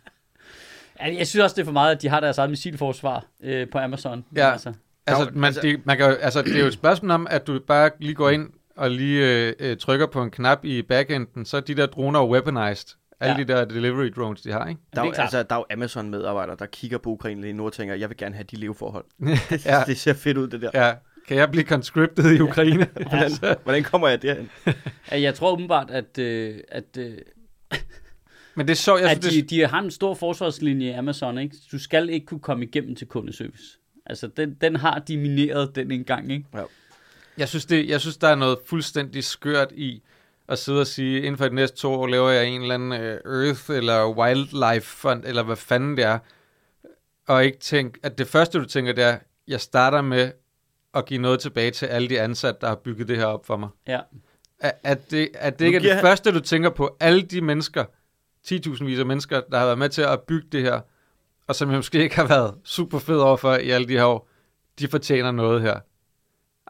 S1: Altså, jeg synes også, det er for meget, at de har deres eget missilforsvar øh, på Amazon.
S2: Ja.
S1: Altså,
S2: Altså,
S3: Jo,
S2: man,
S3: altså-
S2: det, man kan, jo- altså, det er jo et spørgsmål om, at du bare lige går ind og lige øh, øh, trykker på en knap i backenden, så er de der droner jo weaponized. Alle
S1: Ja.
S2: ja. de der delivery drones, de har, ikke?
S3: Der er,
S1: det
S3: jo,
S1: er klart.
S3: altså, der er jo Amazon-medarbejdere, der kigger på Ukraine lige nu og tænker, jeg vil gerne have de leveforhold.
S2: Ja.
S3: ja. Det ser fedt ud, det der. Ja.
S2: Ja. Kan jeg blive conscripted i Ukraine? Altså.
S3: Hvordan, hvordan kommer jeg derhen?
S1: Ja, jeg tror åbenbart, at, øh, at, øh,
S2: Men det er sjovt,
S1: at
S2: jeg synes,
S1: de,
S2: det,
S1: de har en stor forsvarslinje i Amazon, ikke? Du skal ikke kunne komme igennem til kundeservice. Altså, den, den har de mineret den en gang, ikke?
S2: Jeg synes, det, jeg synes, der er noget fuldstændig skørt i at sidde og sige, inden for de næste to år laver jeg en eller anden øh, Earth eller Wildlife Fund, eller hvad fanden det er, og ikke tænke, at det første, du tænker, det er, jeg starter med at give noget tilbage til alle de ansatte, der har bygget det her op for mig.
S1: Ja.
S2: At, at det, at det
S3: Nu
S2: ikke er
S3: giver
S2: det
S3: han-
S2: første, du tænker på, alle de mennesker, 10.000 vis af mennesker, der har været med til at bygge det her, og som jeg måske ikke har været super fed over for i alle de her år, de fortjener noget her.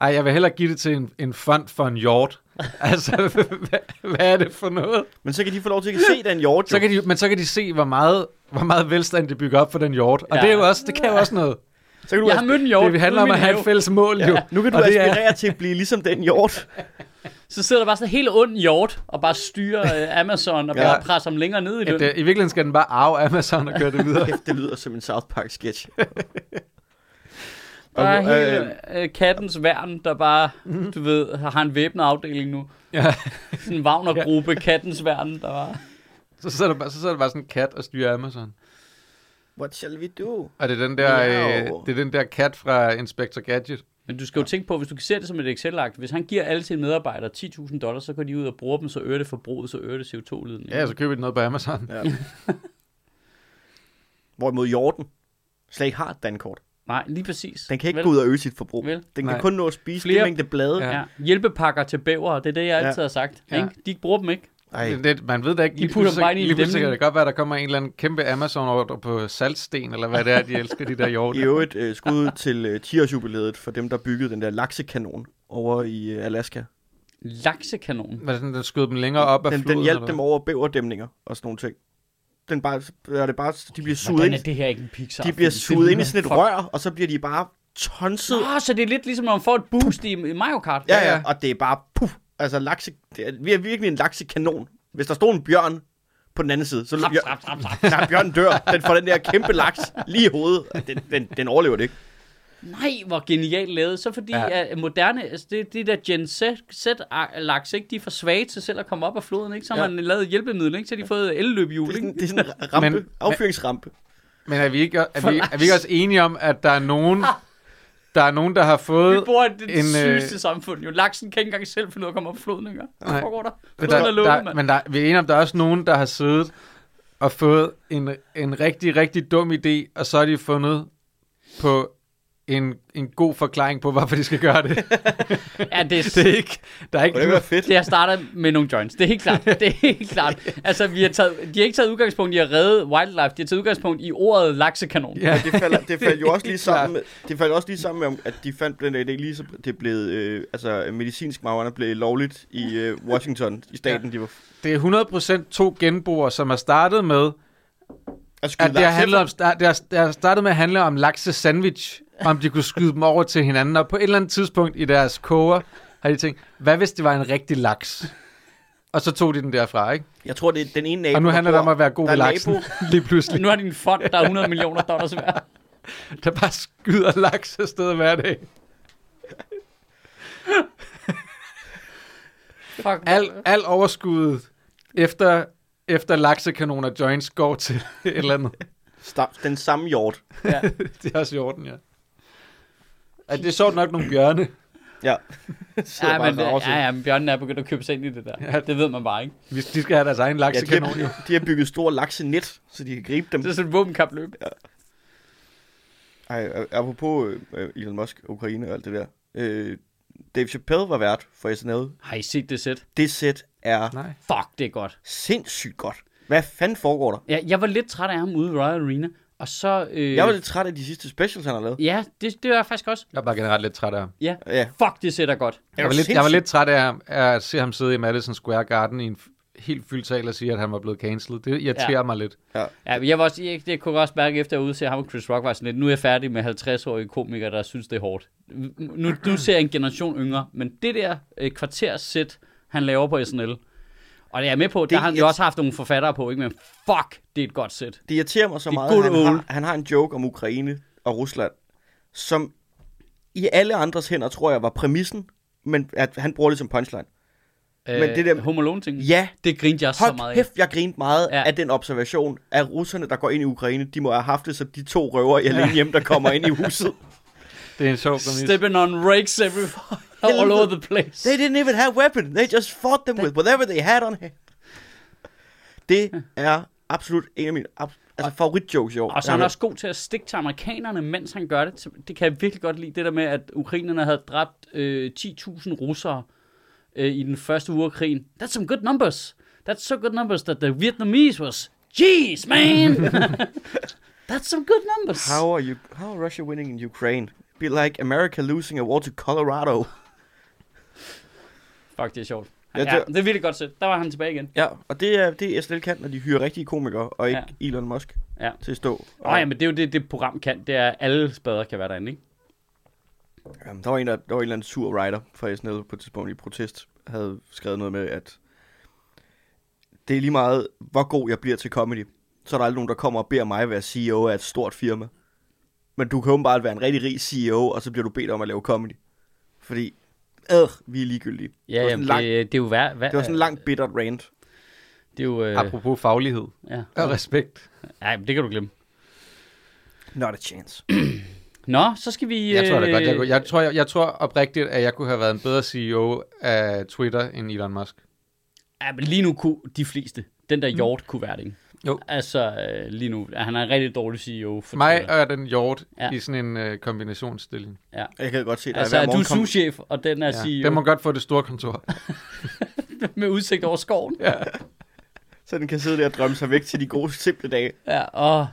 S2: Ej, jeg vil hellere give det til en, en fond for en hjort. altså, hvad, hvad er det for noget?
S3: Men så kan de få lov til at se den hjort,
S2: Så
S3: jo.
S2: kan de, men så kan de se, hvor meget, hvor meget velstand de bygger op for den hjort. Og
S1: Ja.
S2: ja. det, er jo også, det kan jo også noget.
S3: Så kan du,
S1: Jeg har
S3: as-
S1: mødt en hjort.
S2: Jo, det handler om
S1: ude i
S2: at
S1: min
S2: have
S1: have.
S2: et fælles mål, jo.
S3: nu kan du
S2: Og det er-
S3: aspirere til at blive ligesom den hjort.
S1: Så sidder der bare sådan en helt ond hjort og bare styrer øh, Amazon og
S3: Ja.
S1: bare presser dem længere ned i
S2: At,
S1: løn.
S2: øh, I virkeligheden skal den bare arve Amazon og køre det videre.
S3: Kæft, det lyder som en South Park sketch.
S1: Der er
S3: Og, øh,
S1: hele øh, kattens værn, der bare,
S2: Mhm.
S1: du ved, har en væbnet afdeling nu.
S2: Ja.
S1: Sådan en Wagner-gruppe, kattens værn, der var...
S2: Så sidder der, bare- så sidder der bare sådan en kat og styrer Amazon.
S3: What shall we do?
S2: Og det er den der,
S3: Wow.
S2: øh, det er den der kat fra Inspector Gadget.
S1: Men du skal jo tænke på, hvis du kan se det som et Excel-akt, hvis han giver alle sine medarbejdere 10.000 dollars, så går de ud og bruger dem, så øger det forbruget, så øger det CO2-liden.
S2: Ja, så køber vi noget på Amazon.
S3: Ja. Hvorimod hjorten slet ikke har et dankort.
S1: Nej, lige præcis.
S3: Den kan ikke
S1: Vel?
S3: gå ud og øge sit forbrug.
S1: Vel?
S3: Den
S2: Nej.
S3: kan kun nå at spise Flere...
S1: Flere-
S3: det mængde blade.
S2: Ja.
S1: Ja. Hjælpepakker til bæver, det er det, jeg
S3: Ja.
S1: altid har sagt.
S2: Ja.
S1: Ikke? De bruger dem ikke.
S3: Ej,
S2: Det, det, man ved da ikke.
S1: De putter
S2: pludselig-
S1: bare ind i en
S2: lige pludselig kan
S1: dæmning.
S2: det godt være, at der kommer en eller anden kæmpe Amazon-ordre på saltsten, eller hvad det er, de elsker, de der
S3: I
S2: hjorte.
S3: øvrigt øh, skud til øh, 10-årsjubilæet for dem, der byggede den der laksekanon over i øh, Alaska.
S1: Laksekanon.
S2: Hvad er det sådan, den skød dem længere op af
S3: Den,
S2: floden?
S3: den hjalp
S2: eller
S3: dem
S2: hvad?
S3: over bæverdæmninger og sådan nogle ting. Den bare, er det bare, de bliver suget
S1: Hvordan
S3: ind,
S1: er det her ikke en pixar
S3: de bliver suget ind i sådan et rør, og så bliver de bare tonset.
S1: Åh, så det er lidt ligesom, når man får et boost i i Mario Kart.
S3: Ja,
S2: Ja,
S3: ja,
S2: ja.
S3: og det er bare puff. Altså, lakse, det er, vi er virkelig en laksekanon. Hvis der stod en bjørn på den anden side, så løb
S1: Rap,
S3: bjør,
S1: rap, rap, rap.
S3: nej, bjørnen dør. Den får den der kæmpe laks lige i hovedet. og Den, den, den overlever det ikke.
S1: Nej, hvor genialt lavet. Så fordi ja.
S2: Ja.
S1: at moderne, altså det, det der Gen Z, Z laks, ikke? de er for svage til selv at komme op af floden, ikke? Så har
S3: Ja.
S1: man lavet hjælpemiddel, ikke? Så har de fået elløbehjul,
S3: Det er
S1: ikke?
S3: sådan, det er sådan en rampe,
S2: Men-
S3: affyringsrampe.
S2: Men er vi, ikke, er, vi, er vi ikke også enige om, at der er nogen, der, er nogen, der har
S1: Vi
S2: fået...
S1: bor i det
S2: en, øh,
S1: sygeste samfund, jo. Laksen kan ikke engang selv finde ud af at komme op af floden, ikke? Hvad
S2: Nej.
S1: foregår der?
S2: Men
S1: Floden
S2: der,
S1: er lukket,
S2: der,
S1: mand.
S2: men der, vi er enige om, der er også nogen, der har siddet og fået en, en rigtig, rigtig dum idé, og så har de fundet på en, en god forklaring på, hvorfor de skal gøre det.
S1: Ja, det er,
S2: det er ikke, der er ikke
S3: Kunne det ikke være fedt?
S1: Det har startet med nogle joints. Det er helt klart. Det er helt klart. Altså, vi har taget, de har ikke taget udgangspunkt i at redde wildlife. De har taget udgangspunkt i ordet laksekanon.
S2: Ja,
S3: Det falder, det faldt jo også lige
S2: Helt klart.
S3: sammen med, det faldt også lige sammen med, at de fandt den der idé lige så det blev, øh, altså medicinsk marihuana blev lovligt i øh, Washington, i staten, de var
S2: det er 100% to genboer, som har startet med,
S3: at skyde
S2: at det har,
S3: laks
S2: handlet om, det har, det har startet med at handle om lakse sandwich, om de kunne skyde dem over til hinanden, og på et eller andet tidspunkt i deres koger, har de tænkt, hvad hvis det var en rigtig laks? Og så tog de den derfra, ikke?
S3: efter. Jeg tror, det er den ene nabo,
S2: Og nu
S3: der
S2: handler det om
S3: bor-
S2: at være god
S3: der
S2: ved
S3: er en
S2: laksen,
S3: nabo-
S2: lige pludselig.
S1: Nu har de en fond, der er 100 millioner dollars værd.
S2: der bare skyder laks afsted hver dag.
S1: Fuck.
S2: Al, al overskuddet efter, efter laksekanoner joints går til et eller andet.
S3: Stam- Den samme hjort.
S1: Ja.
S2: Det er også i orden, ja. At det er sjovt nok nogle bjørne.
S3: Ja.
S1: Ja, men,
S3: ja,
S1: ja, ja, men bjørnen er begyndt at købe sig ind i det der.
S2: Ja.
S1: Det ved man bare ikke.
S2: Hvis de skal have deres egen
S3: Ja, de,
S2: laksekanon, jo.
S3: har, de har bygget store laksenet, så de kan gribe dem.
S1: Det er sådan et våbenkapløb.
S3: Ej, apropos øh, øh, Elon Musk, Ukraine og alt det der. Øh, Dave Chappelle var vært for SNL.
S1: Har I set det sæt?
S3: Det sæt er
S2: Nej.
S1: Fuck, det er godt.
S3: sindssygt godt. Hvad fanden foregår der?
S1: Ja, jeg var lidt træt af ham ude i Royal Arena. Og så... Øh,
S3: Jeg var lidt træt af de sidste specials, han har lavet.
S1: Ja, det, det var jeg faktisk også.
S2: Jeg er bare generelt lidt træt af ham.
S1: Ja.
S3: Ja.
S1: Fuck, det sætter godt.
S2: Jeg var, lidt, jeg var lidt træt af, ham, af at se ham sidde i Madison Square Garden i en f- helt fyldt sal og sige, at han var blevet cancelled. Det irriterer
S1: Ja.
S2: ja. mig lidt.
S1: Ja, men jeg var også, jeg, det kunne jeg også mærke efter at udse ham og Chris Rock var sådan lidt, nu er jeg færdig med 50-årige komikere, der synes, det er hårdt. Nu, nu ser jeg en generation yngre, men det der øh, kvartersæt, han laver på SNL, og det er jeg med på, det der
S3: er
S1: har han
S3: et-
S1: jo også haft nogle forfattere på, ikke? men fuck, det er et godt sæt.
S3: Det irriterer mig så
S1: Det er
S3: meget,
S1: good
S3: at han
S1: old.
S3: har, han har en joke om Ukraine og Rusland, som i alle andres hænder, tror jeg, var præmissen, men at han bruger det som punchline. Men det der-
S1: Øh, Home Alone-ting,
S3: Ja,
S1: det grinte jeg så
S3: Hold
S1: meget
S3: kæft, jeg grinte meget
S1: Ja.
S3: ja. af den observation, at russerne, der går ind i Ukraine, de må have haft det som de to røver i alene hjemme, der kommer ind i huset.
S2: Det er en sjov præmis.
S1: Stepping on rakes every all over the place.
S3: They didn't even have weapon. They just fought them with whatever they had on hand. Det er absolut en af mine abs- altså favoritjokes i år.
S1: Og så er han også god til at stikke til amerikanerne, mens han gør det. Det kan jeg virkelig godt lide, det der med, at ukrainerne havde dræbt øh, 10.000 russere øh, i den første uge af krigen. That's some good numbers. That's so good numbers that the Vietnamese was, jeez, man. That's some good numbers.
S3: How are, you, how are Russia winning in Ukraine? Be like America losing a war to Colorado.
S1: Fuck, det er sjovt. Ja,
S3: Ja,
S1: det,
S3: det-
S1: ja, det er virkelig godt set. Der var han tilbage igen.
S3: Ja, og det er, det er SNL kan, når de hyrer rigtige komikere, og ikke
S1: Ja.
S3: ja. Elon Musk
S1: Ja.
S3: til at stå.
S1: Nå ja, men det er jo det, det program kan. Det er, at alle spader kan være derinde, ikke?
S3: Jamen, der var en, der, der var en eller anden sur writer fra SNL på et tidspunkt i protest, havde skrevet noget med, at det er lige meget, hvor god jeg bliver til comedy. Så er der aldrig nogen, der kommer og beder mig være CEO af et stort firma. Men du kan åbenbart være en rigtig rig CEO, og så bliver du bedt om at lave comedy. Fordi, øh, vi er ligegyldige. det, var sådan en lang, det,
S1: det, er jo hvad, hvad,
S3: var sådan en lang bittert rant.
S1: Det er jo, øh,
S2: Apropos faglighed
S1: ja.
S2: og respekt.
S1: Ej, men det kan du glemme.
S3: Not a chance.
S1: Nå, så skal vi...
S2: Jeg tror da godt, jeg,
S1: øh,
S2: kunne, jeg, tror, jeg, jeg tror oprigtigt, at jeg kunne have været en bedre CEO af Twitter end Elon Musk.
S1: Ja, men lige nu kunne de fleste. Den der Hjort kunne være det, ikke?
S2: Jo.
S1: Altså, øh, lige nu. ja, Han er en rigtig dårlig CEO. For
S2: Mig
S1: Twitter.
S2: og den hjort
S1: Ja.
S2: ja. i sådan en øh, kombinationsstilling.
S3: Jeg kan godt se, der
S1: Altså,
S3: hver
S1: er du
S3: morgen
S1: er
S3: kom-
S1: souschef, og den er ja.
S2: Ja.
S1: CEO
S2: Den må godt få det store kontor.
S1: med udsigt over skoven.
S2: ja.
S3: så den kan sidde der og drømme sig væk til de gode, simple dage.
S1: Ja, og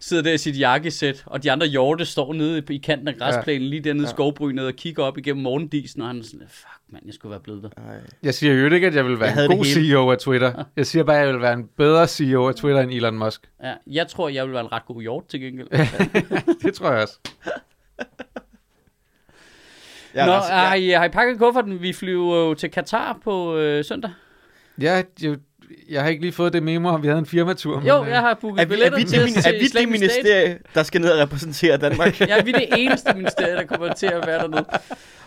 S1: sidder der i sit jakkesæt, og de andre hjorte står nede i kanten af græsplænen, lige dernede i skovbrynet, og kigger op igennem morgendisen, og han er sådan, fuck mand, jeg skulle være blevet der.
S3: Ej.
S2: Jeg siger jo ikke, at jeg vil være
S3: Jeg havde
S2: en
S3: det
S2: god
S3: hele.
S2: CEO af Twitter. Jeg siger bare, at jeg vil være en bedre CEO af Twitter end Elon Musk.
S1: Ja, jeg tror, jeg vil være en ret god hjort til gengæld.
S2: Det tror jeg også.
S1: Ja, Nå,
S3: altså,
S1: altså, har, I, har I pakket kufferten? Vi flyver jo til Katar på øh, søndag.
S2: Ja, jeg, jeg har ikke lige fået det memo, om vi havde en firmatur. men,
S1: Jo,
S2: øh,
S1: jeg har
S3: er
S1: booket
S3: vi, er
S1: billetter
S3: vi,
S1: til,
S3: det, min, er
S1: til
S3: vi det
S1: Islamic State.
S3: ministerie, der skal ned og repræsentere Danmark?
S1: Ja, vi er det eneste ministerie, der kommer til at være dernede.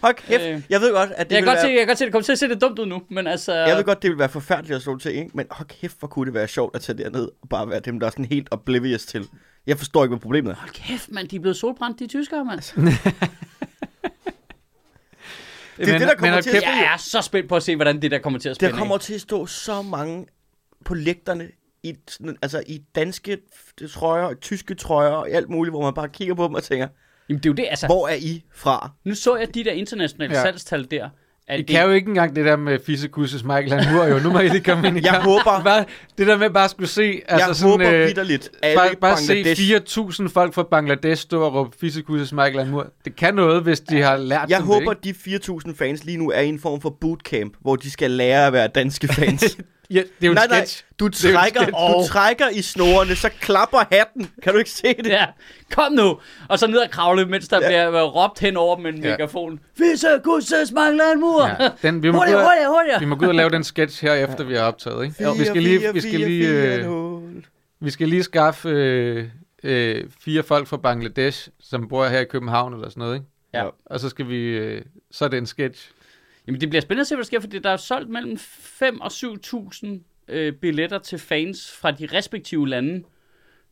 S3: Hold kæft,
S1: Øh.
S3: øh, jeg ved godt, at det
S1: Jeg kan,
S3: vil
S1: godt se,
S3: være,
S1: jeg kan godt se, at det kommer til at se lidt dumt ud nu, men altså...
S3: jeg ved godt, det vil være forfærdeligt at stå til, ikke? men hold kæft, hvor kunne det være sjovt at tage derned og bare være dem, der er sådan helt oblivious til. Jeg forstår ikke, hvad problemet er.
S1: Hold kæft, mand, de er blevet solbrændt, de tyskere, mand.
S3: Det er det, der kommer
S2: hold
S3: til at
S2: kæft,
S1: Jeg er så spændt på at se, hvordan det der kommer til at spænde
S3: Der kommer til at stå så mange på lægterne i, sådan, altså i danske f- trøjer, og tyske trøjer og alt muligt, hvor man bare kigger på dem og tænker,
S1: af. Jamen, det er jo det, altså.
S3: hvor er I fra?
S1: Nu så jeg de der internationale ja.
S2: Ja.
S1: salgstal der. At
S2: øh, I kan jo ikke engang det der med fissekusses Michael han mur jo. Nu må I lige komme ind i
S3: Jeg
S2: kampen.
S3: håber-
S2: Bare, det der med bare at skulle se...
S3: Altså jeg sådan, håber
S2: øh,
S3: vidderligt,
S2: Bare,
S3: alle
S2: bare
S3: Bangladesh
S2: se 4.000 folk fra Bangladesh stå og råbe fissekusses Michael mur. Det kan noget, hvis de har lært
S3: Jeg
S2: dem
S3: håber,
S2: det,
S3: de 4.000 fans lige nu er i en form for bootcamp, hvor de skal lære at være danske fans.
S2: ikke? Ja, det er jo
S3: nej,
S2: en
S3: nej,
S2: sketch.
S3: du
S2: Det er jo en
S3: trækker,
S2: sketch.
S3: du trækker i snorene, så klapper hatten. Kan du ikke se det?
S1: Ja, kom nu! Og så ned og kravle, mens der ja.
S3: Ja.
S1: bliver bliver råbt hen over med en ja.
S2: Ja.
S1: megafon. Visse gudses mangler en mur! Ja.
S2: Ja, den, vi, må gå,
S1: Hurtigere,
S2: ud-
S1: hurtigere, hurtigere!
S2: vi må gå ud og lave den sketch her, efter vi har optaget. Ikke? Jo, vi skal lige, vi skal lige, øh, vi skal lige skaffe øh, øh, fire folk fra Bangladesh, som bor her i København eller sådan noget. Ikke?
S1: Ja.
S2: Og så skal vi... Øh, så er det en sketch.
S1: Jamen, det bliver spændende at se, hvad der sker, fordi der er solgt mellem 5 og 7.000 øh, billetter til fans fra de respektive lande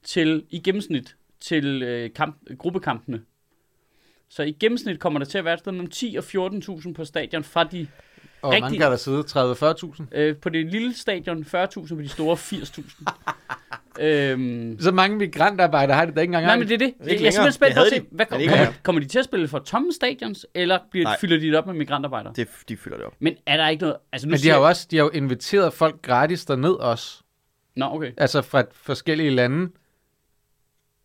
S1: til, i gennemsnit til øh, kamp, gruppekampene. Så i gennemsnit kommer der til at være et sted mellem 10 og 14.000 på stadion fra de, Rigtig.
S2: Og Rigtig. mange kan der sidde 30-40.000.
S1: øh, på det lille stadion 40.000, på de store 80.000. øhm,
S2: Så mange migrantarbejdere har det da ikke engang.
S1: nej,
S2: Nej,
S1: men det er det. Jeg, jeg er
S3: længere.
S1: simpelthen spændt
S3: Det
S1: på at
S3: havde
S1: se,
S3: de.
S1: hvad
S3: Ja, det
S1: kommer,
S3: er
S1: kommer,
S3: ikke
S1: de til at spille for tomme stadions, eller bliver,
S3: Nej.
S1: fylder de det op med migrantarbejdere?
S3: Det, de fylder det op.
S1: Men er der ikke noget... Altså, nu
S2: men de
S1: siger-
S2: har jo også de har jo inviteret folk gratis derned også.
S1: Nå, okay.
S2: Altså fra forskellige lande.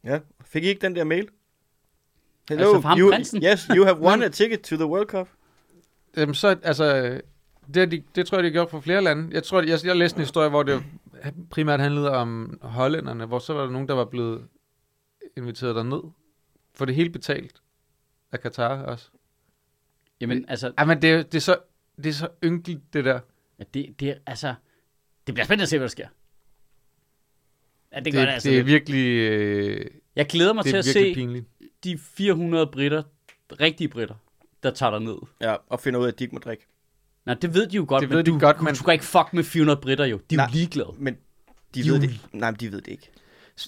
S3: Ja. Fik I ikke den der mail? Hello,
S1: Altså fra ham
S3: you,
S1: prinsen?
S3: yes, you have won a ticket to the World Cup.
S2: Jamen så, altså, det, har de, det tror jeg, de har gjort for flere lande. Jeg tror, jeg, jeg læste en historie, hvor det primært handlede om hollænderne, hvor så var der nogen, der var blevet inviteret derned. For det hele betalt af Katar også.
S1: Jamen, altså,
S2: Ej, men det, er- det, er, så, det er så ynkeligt, det der.
S1: Ja, det, det, er- altså, det bliver spændende at se, hvad der sker. Ja, det,
S2: Det,
S1: gør
S2: det,
S1: det altså.
S2: det er
S1: lidt.
S2: virkelig, øh,
S1: jeg glæder mig
S2: det
S1: til
S2: er
S1: at
S2: virkelig
S1: se
S2: pinligt.
S1: de 400 britter, rigtige britter, der tager dig ned.
S3: Ja, og finder ud af, at de ikke må drikke.
S1: Nå, det ved de jo godt,
S2: Det
S1: men
S2: ved de
S1: du,
S2: godt,
S1: du,
S2: men-
S1: du kan ikke fuck med 400 britter jo. De er jo
S3: Nej.
S1: ligeglade.
S3: Men de
S1: Jo.
S3: ved det. Nej, men de ved det ikke.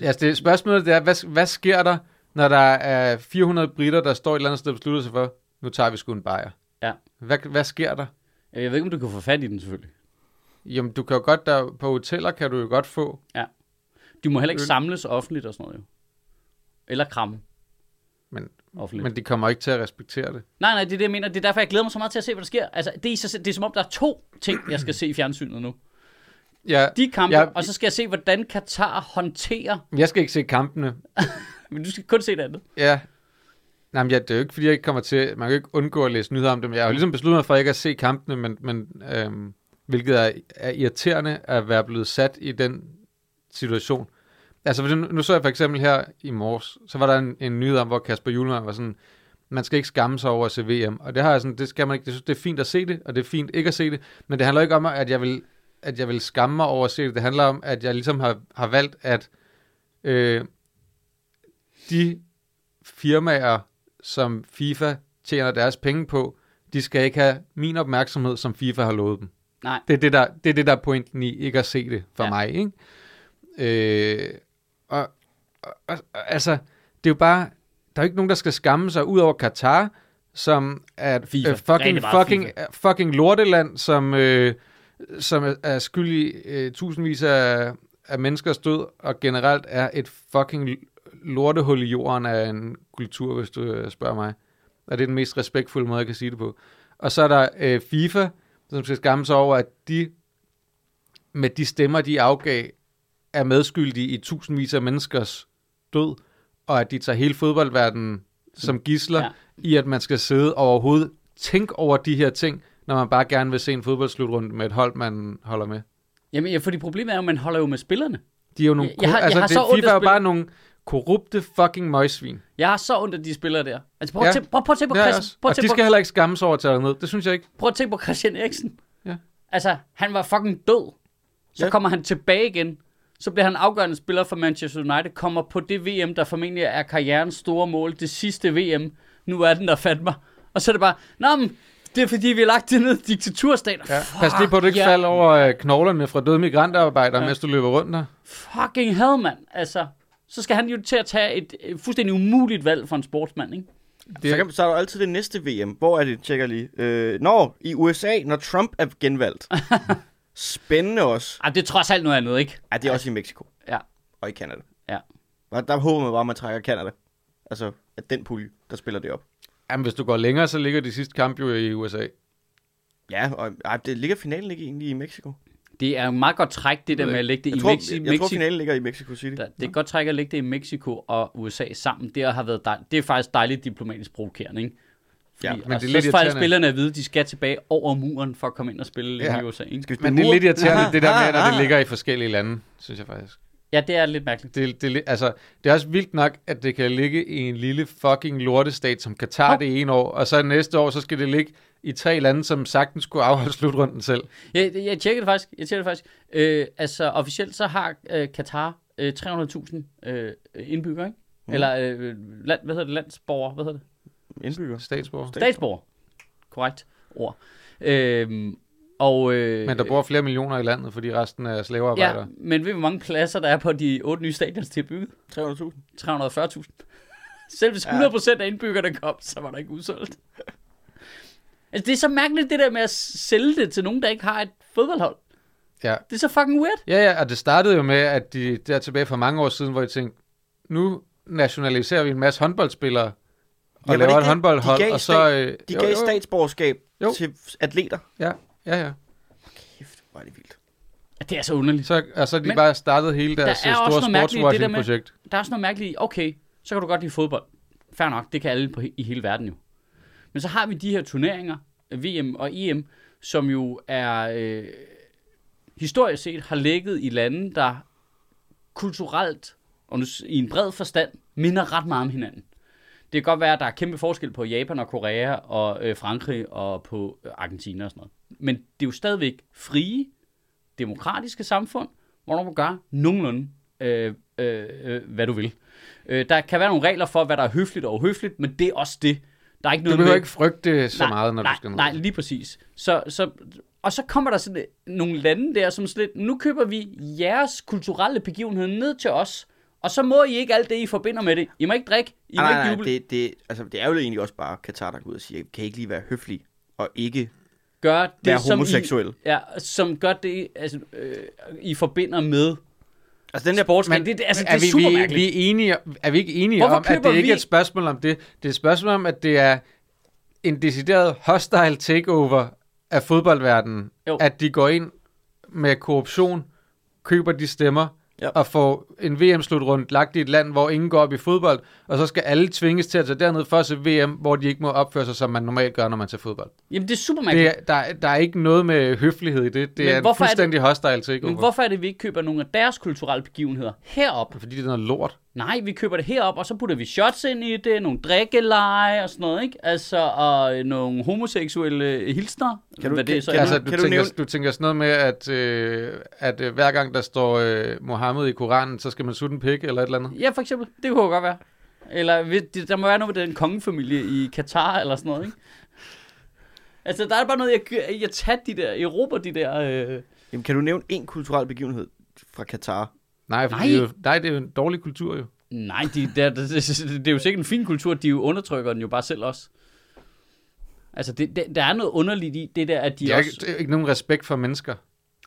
S2: Altså, det, spørgsmålet det er, hvad, hvad sker der, når der er 400 britter, der står et eller andet sted og beslutter sig for, nu tager vi sgu en bajer.
S1: Ja.
S2: Hvad, hvad sker der?
S1: Jeg ved ikke, om du kan få fat i den selvfølgelig.
S2: Jamen, du kan jo godt, der, på hoteller kan du jo godt få.
S1: Du må heller ikke
S2: Øl.
S1: samles offentligt og sådan noget jo. Eller kramme
S2: Men-
S1: offentligt.
S2: Men de kommer ikke til at respektere det.
S1: Nej, nej, det er det, jeg mener. Det er derfor, jeg glæder mig så meget til at se, hvad der sker. Altså, det er, i sig selv- det er som om, der er to ting, jeg skal se i fjernsynet nu.
S2: Ja,
S1: De kampe, ja,
S2: Ja,
S1: og så skal jeg se, hvordan Katar håndterer...
S2: jeg skal ikke se kampene.
S1: Men du skal kun se det andet.
S2: Ja. Nej, men ja, det er jo ikke, fordi jeg ikke kommer til... Man kan jo ikke undgå at læse nyheder om dem. Jeg har jo ligesom besluttet mig for ikke at se kampene, men, men øhm, hvilket er, er irriterende at være blevet sat i den situation. Altså, fordi nu, nu så jeg for eksempel her i morges, så var der en, en nyhed om, hvor Kasper Julemand var sådan, man skal ikke skamme sig over at se VM, og det har jeg sådan, det skal man ikke, det, synes, det er fint at se det, og det er fint ikke at se det, men det handler ikke om, at jeg vil, at jeg vil skamme mig over at se det, det handler om, at jeg ligesom har, har valgt, at øh, de firmaer, som FIFA tjener deres penge på, de skal ikke have min opmærksomhed, som FIFA har lovet dem.
S1: Nej.
S2: Det er det, der, det er, det, der er pointen i ikke at se det for
S1: Ja.
S2: ja. mig, ikke? Øh, og, og, og, altså, det er jo bare, der er jo ikke nogen, der skal skamme sig ud over Katar, som er et
S1: FIFA.
S2: øh, fucking,
S1: Rigtig meget
S2: fucking,
S1: FIFA.
S2: er fucking lorteland, som, øh, som er, er skyld i øh, tusindvis af, af menneskers død, og generelt er et fucking l- lortehul i jorden af en kultur, hvis du øh, spørger mig. Og det er den mest respektfulde måde, jeg kan sige det på. Og så er der øh, FIFA, som skal skamme sig over, at de med de stemmer, de afgav, er medskyldige i tusindvis af menneskers død, og at de tager hele fodboldverdenen som gisler
S1: Ja.
S2: ja. i, at man skal sidde og overhovedet tænke over de her ting, når man bare gerne vil se en fodboldslutrunde med et hold, man holder med.
S1: Jamen, ja, fordi problemet er jo, at man holder jo med spillerne.
S2: De er jo nogle...
S1: Jeg- jeg har- jeg
S2: altså,
S1: har
S2: det,
S1: så ondt af
S2: FIFA er jo
S1: spil-
S2: bare nogle korrupte fucking møgsvin.
S1: Jeg har så ondt af de spillere der. Altså, prøv at
S2: Ja.
S1: tænke prøv- prøv at tænke på,
S2: Det er jeg
S1: Christian,
S2: også.
S1: prøv at
S2: Og de
S1: tænke
S2: skal
S1: på,
S2: heller ikke skamme sig over at tage ned. Det synes jeg ikke.
S1: prøv at tænke på Christian Eriksen.
S2: Ja.
S1: Altså, han var fucking død. Så
S3: Ja.
S1: kommer han tilbage igen. Så bliver han afgørende spiller for Manchester United. Kommer på det VM, der formentlig er karrierens store mål. Det sidste VM. Nu er den der fandt mig. Og så er det bare, Nå, men, det er fordi, vi har lagt det ned i diktaturstater.
S2: Ja. Pas lige på, at du ikke
S1: ja.
S2: ja. falder over øh, knoglerne fra døde migrantarbejdere,
S1: Ja.
S2: ja. mens du løber rundt der.
S1: Fucking hell, mand. Altså, så skal han jo til at tage et øh, fuldstændig umuligt valg for en sportsmand, ikke?
S3: Det... Så, kan, så er der jo altid det næste VM. Hvor er det, tjekker jeg lige. Øh, når i USA, når Trump er genvalgt. Spændende også.
S1: Ej, Ah, det er trods alt noget andet, ikke?
S3: Ja, det er også i Mexico.
S1: Ja.
S3: Og i Canada.
S1: Ja.
S3: Der, der håber man bare, at man trækker Canada. Altså, at den pulje, der spiller det op.
S2: Jamen, hvis du går længere, så ligger de sidste kamp jo i USA.
S3: Ja, og ej, det ligger finalen ikke egentlig i Mexico?
S1: Det er jo meget godt træk, det der med at lægge det
S3: Jeg
S1: i
S3: tror,
S1: Mexi-
S3: jeg, jeg tror,
S1: Mexi-
S3: finalen ligger i Mexico City.
S1: Der- Det er godt træk at lægge det i Mexico og USA sammen. Det har været dejligt. Det er faktisk dejligt diplomatisk provokerende, ikke? Fordi,
S3: Ja,
S1: ja,
S3: men
S1: men
S2: det er
S1: altså,
S2: lidt
S1: så får
S2: irriterende.
S1: spillerne at vide, at de skal tilbage over muren for at komme ind og spille lidt
S2: Ja.
S1: i USA. Ikke?
S3: Skal vi spille
S2: Men det er
S3: mur?
S2: lidt irriterende,
S3: Ah,
S2: det der med,
S3: ah,
S2: når det
S3: ah.
S2: ligger i forskellige lande, synes jeg faktisk.
S1: Ja, det er lidt mærkeligt.
S2: Det, det, er li- altså, det er også vildt nok, at det kan ligge i en lille fucking lortestat som Katar
S1: Hov.
S2: det ene år, og så næste år, så skal det ligge i tre lande, som sagtens skulle afholde slutrunden selv.
S1: Jeg, jeg tjekkede det faktisk. Jeg tjekkede det faktisk. Øh, altså, officielt så har øh, Katar øh, 300.000 øh, indbyggere, ikke? Mm. Eller, øh, land, hvad hedder det? Landsborger, hvad hedder det?
S3: Indbygger.
S2: Statsborger.
S3: Stat-
S1: Statsborger. Korrekt ord. Øhm, og, øh,
S2: Men der bor flere millioner i landet, fordi resten er
S1: Ja,
S2: slavearbejdere.
S1: men ved du, hvor mange pladser der er på de otte nye stadions, de har bygget?
S3: 300.000.
S1: 340.000. Selv hvis 100% af indbyggerne kom, så var der ikke udsolgt. Altså, det er så mærkeligt, det der med at sælge det til nogen, der ikke har et fodboldhold.
S2: Ja.
S1: Det er så fucking weird.
S2: Ja, ja, og det startede jo med, at de der tilbage for mange år siden, hvor jeg tænkte, nu nationaliserer vi en masse håndboldspillere, og
S3: Ja, var det
S2: ja, laver et
S3: ikke det? De
S2: håndboldhold,
S3: gav
S2: og så...
S3: stat-
S2: Øh,
S3: De
S2: jo,
S3: gav
S2: jo,
S3: statsborgerskab
S2: Jo.
S3: til atleter.
S2: Ja, ja, ja.
S3: Kæft, hvor er det vildt.
S1: Ja, det er så underligt.
S2: Så, og så er de
S1: Men
S2: Men, bare startet hele deres
S1: er
S2: øh,
S1: også
S2: store
S1: noget mærkeligt i det der med-
S2: sportswashing-projekt.
S1: der er sådan noget mærkeligt i, okay, så kan du godt lide fodbold. Fair nok, det kan alle på, he- i hele verden jo. Men så har vi de her turneringer, VM og EM, som jo er øh, historisk set har ligget i lande, der kulturelt, og nu s- i en bred forstand, minder ret meget om hinanden. Det kan godt være, at der er kæmpe forskel på Japan og Korea og øh, Frankrig og på øh, Argentina og sådan noget. Men det er jo stadigvæk frie, demokratiske samfund, hvor du gør nogenlunde, øh, øh, øh, hvad du vil. Øh, der kan være nogle regler for, hvad der er høfligt og uhøfligt, men det er også det. Der er ikke
S2: Du
S1: noget
S2: behøver
S1: med-
S2: ikke frygte så
S1: nej,
S2: meget, når
S1: nej,
S2: du skal ned.
S1: Nej, lige præcis. Så, så, og så kommer der sådan nogle lande der, som sådan lidt, nu køber vi jeres kulturelle begivenhed ned til os, Og så må I ikke alt det, I forbinder med det. I må ikke drikke, I må
S3: Nej,
S1: ikke
S3: nej, nej,
S1: juble.
S3: det, det, altså, det er jo egentlig også bare Katar, der går ud og siger, kan I ikke lige være høflige og ikke
S1: Gør det,
S3: være
S1: som I,
S3: homoseksuelle.
S1: ja, som gør det, altså, øh, I forbinder med
S3: Altså den der
S1: sportsgren. Det, det, altså, det er,
S2: vi,
S1: super
S2: vi,
S1: mærkeligt.
S2: vi er, enige, er vi ikke enige
S1: Hvorfor
S2: om, at
S1: køber
S2: det ikke
S1: vi-
S2: er et spørgsmål om det? Det er et spørgsmål om, at det er en decideret hostile takeover af fodboldverdenen.
S1: Jo.
S2: At de går ind med korruption, køber de stemmer,
S3: Ja.
S2: og får en VM-slutrunde lagt i et land, hvor ingen går op i fodbold, og så skal alle tvinges til at tage derned for at se VM, hvor de ikke må opføre sig, som man normalt gør, når man tager fodbold.
S1: Jamen, det er super mærkeligt.
S2: Det er, der, er- der er ikke noget med høflighed i det. Det
S1: Men
S2: er en
S1: hvorfor er det-
S2: fuldstændig hostile
S1: Men
S2: takeover.
S1: hvorfor er det, vi ikke køber nogle af deres kulturelle begivenheder herop?
S2: Fordi det er noget lort.
S1: Nej, vi køber det herop, og så putter vi shots ind i det, nogle drikkeleje og sådan noget, ikke? Altså, og nogle homoseksuelle øh, hilsner.
S3: Kan du-
S1: hvad det så
S3: kan
S1: er.
S2: Altså,
S3: du-
S2: du,
S3: kan
S2: kan
S3: du
S2: tænker,
S3: nævne-
S2: du tænker sådan noget med, at, øh, at øh, hver gang der står øh, Mohammed i Koranen, så skal man sutte en pik eller et eller andet?
S1: Ja, for eksempel. Det kunne jo godt være. Eller hvis- det- der må være noget med den kongefamilie i Katar eller sådan noget, ikke? Altså, der er bare noget, jeg, gør- jeg tager de der, erobrer de der... Øh...
S3: Jamen, kan du nævne en kulturel begivenvenhed fra Katar?
S2: Nej, for
S1: Nej.
S2: Det, er jo, nej, det er jo en dårlig kultur jo.
S1: Nej, de, der, det, det, det er jo sikkert en fin kultur, de jo undertrykker den jo bare selv også. Altså, det, det, der er noget underligt i det der, at de
S2: De har
S1: også...
S2: ikke, det er ikke nogen respekt for mennesker.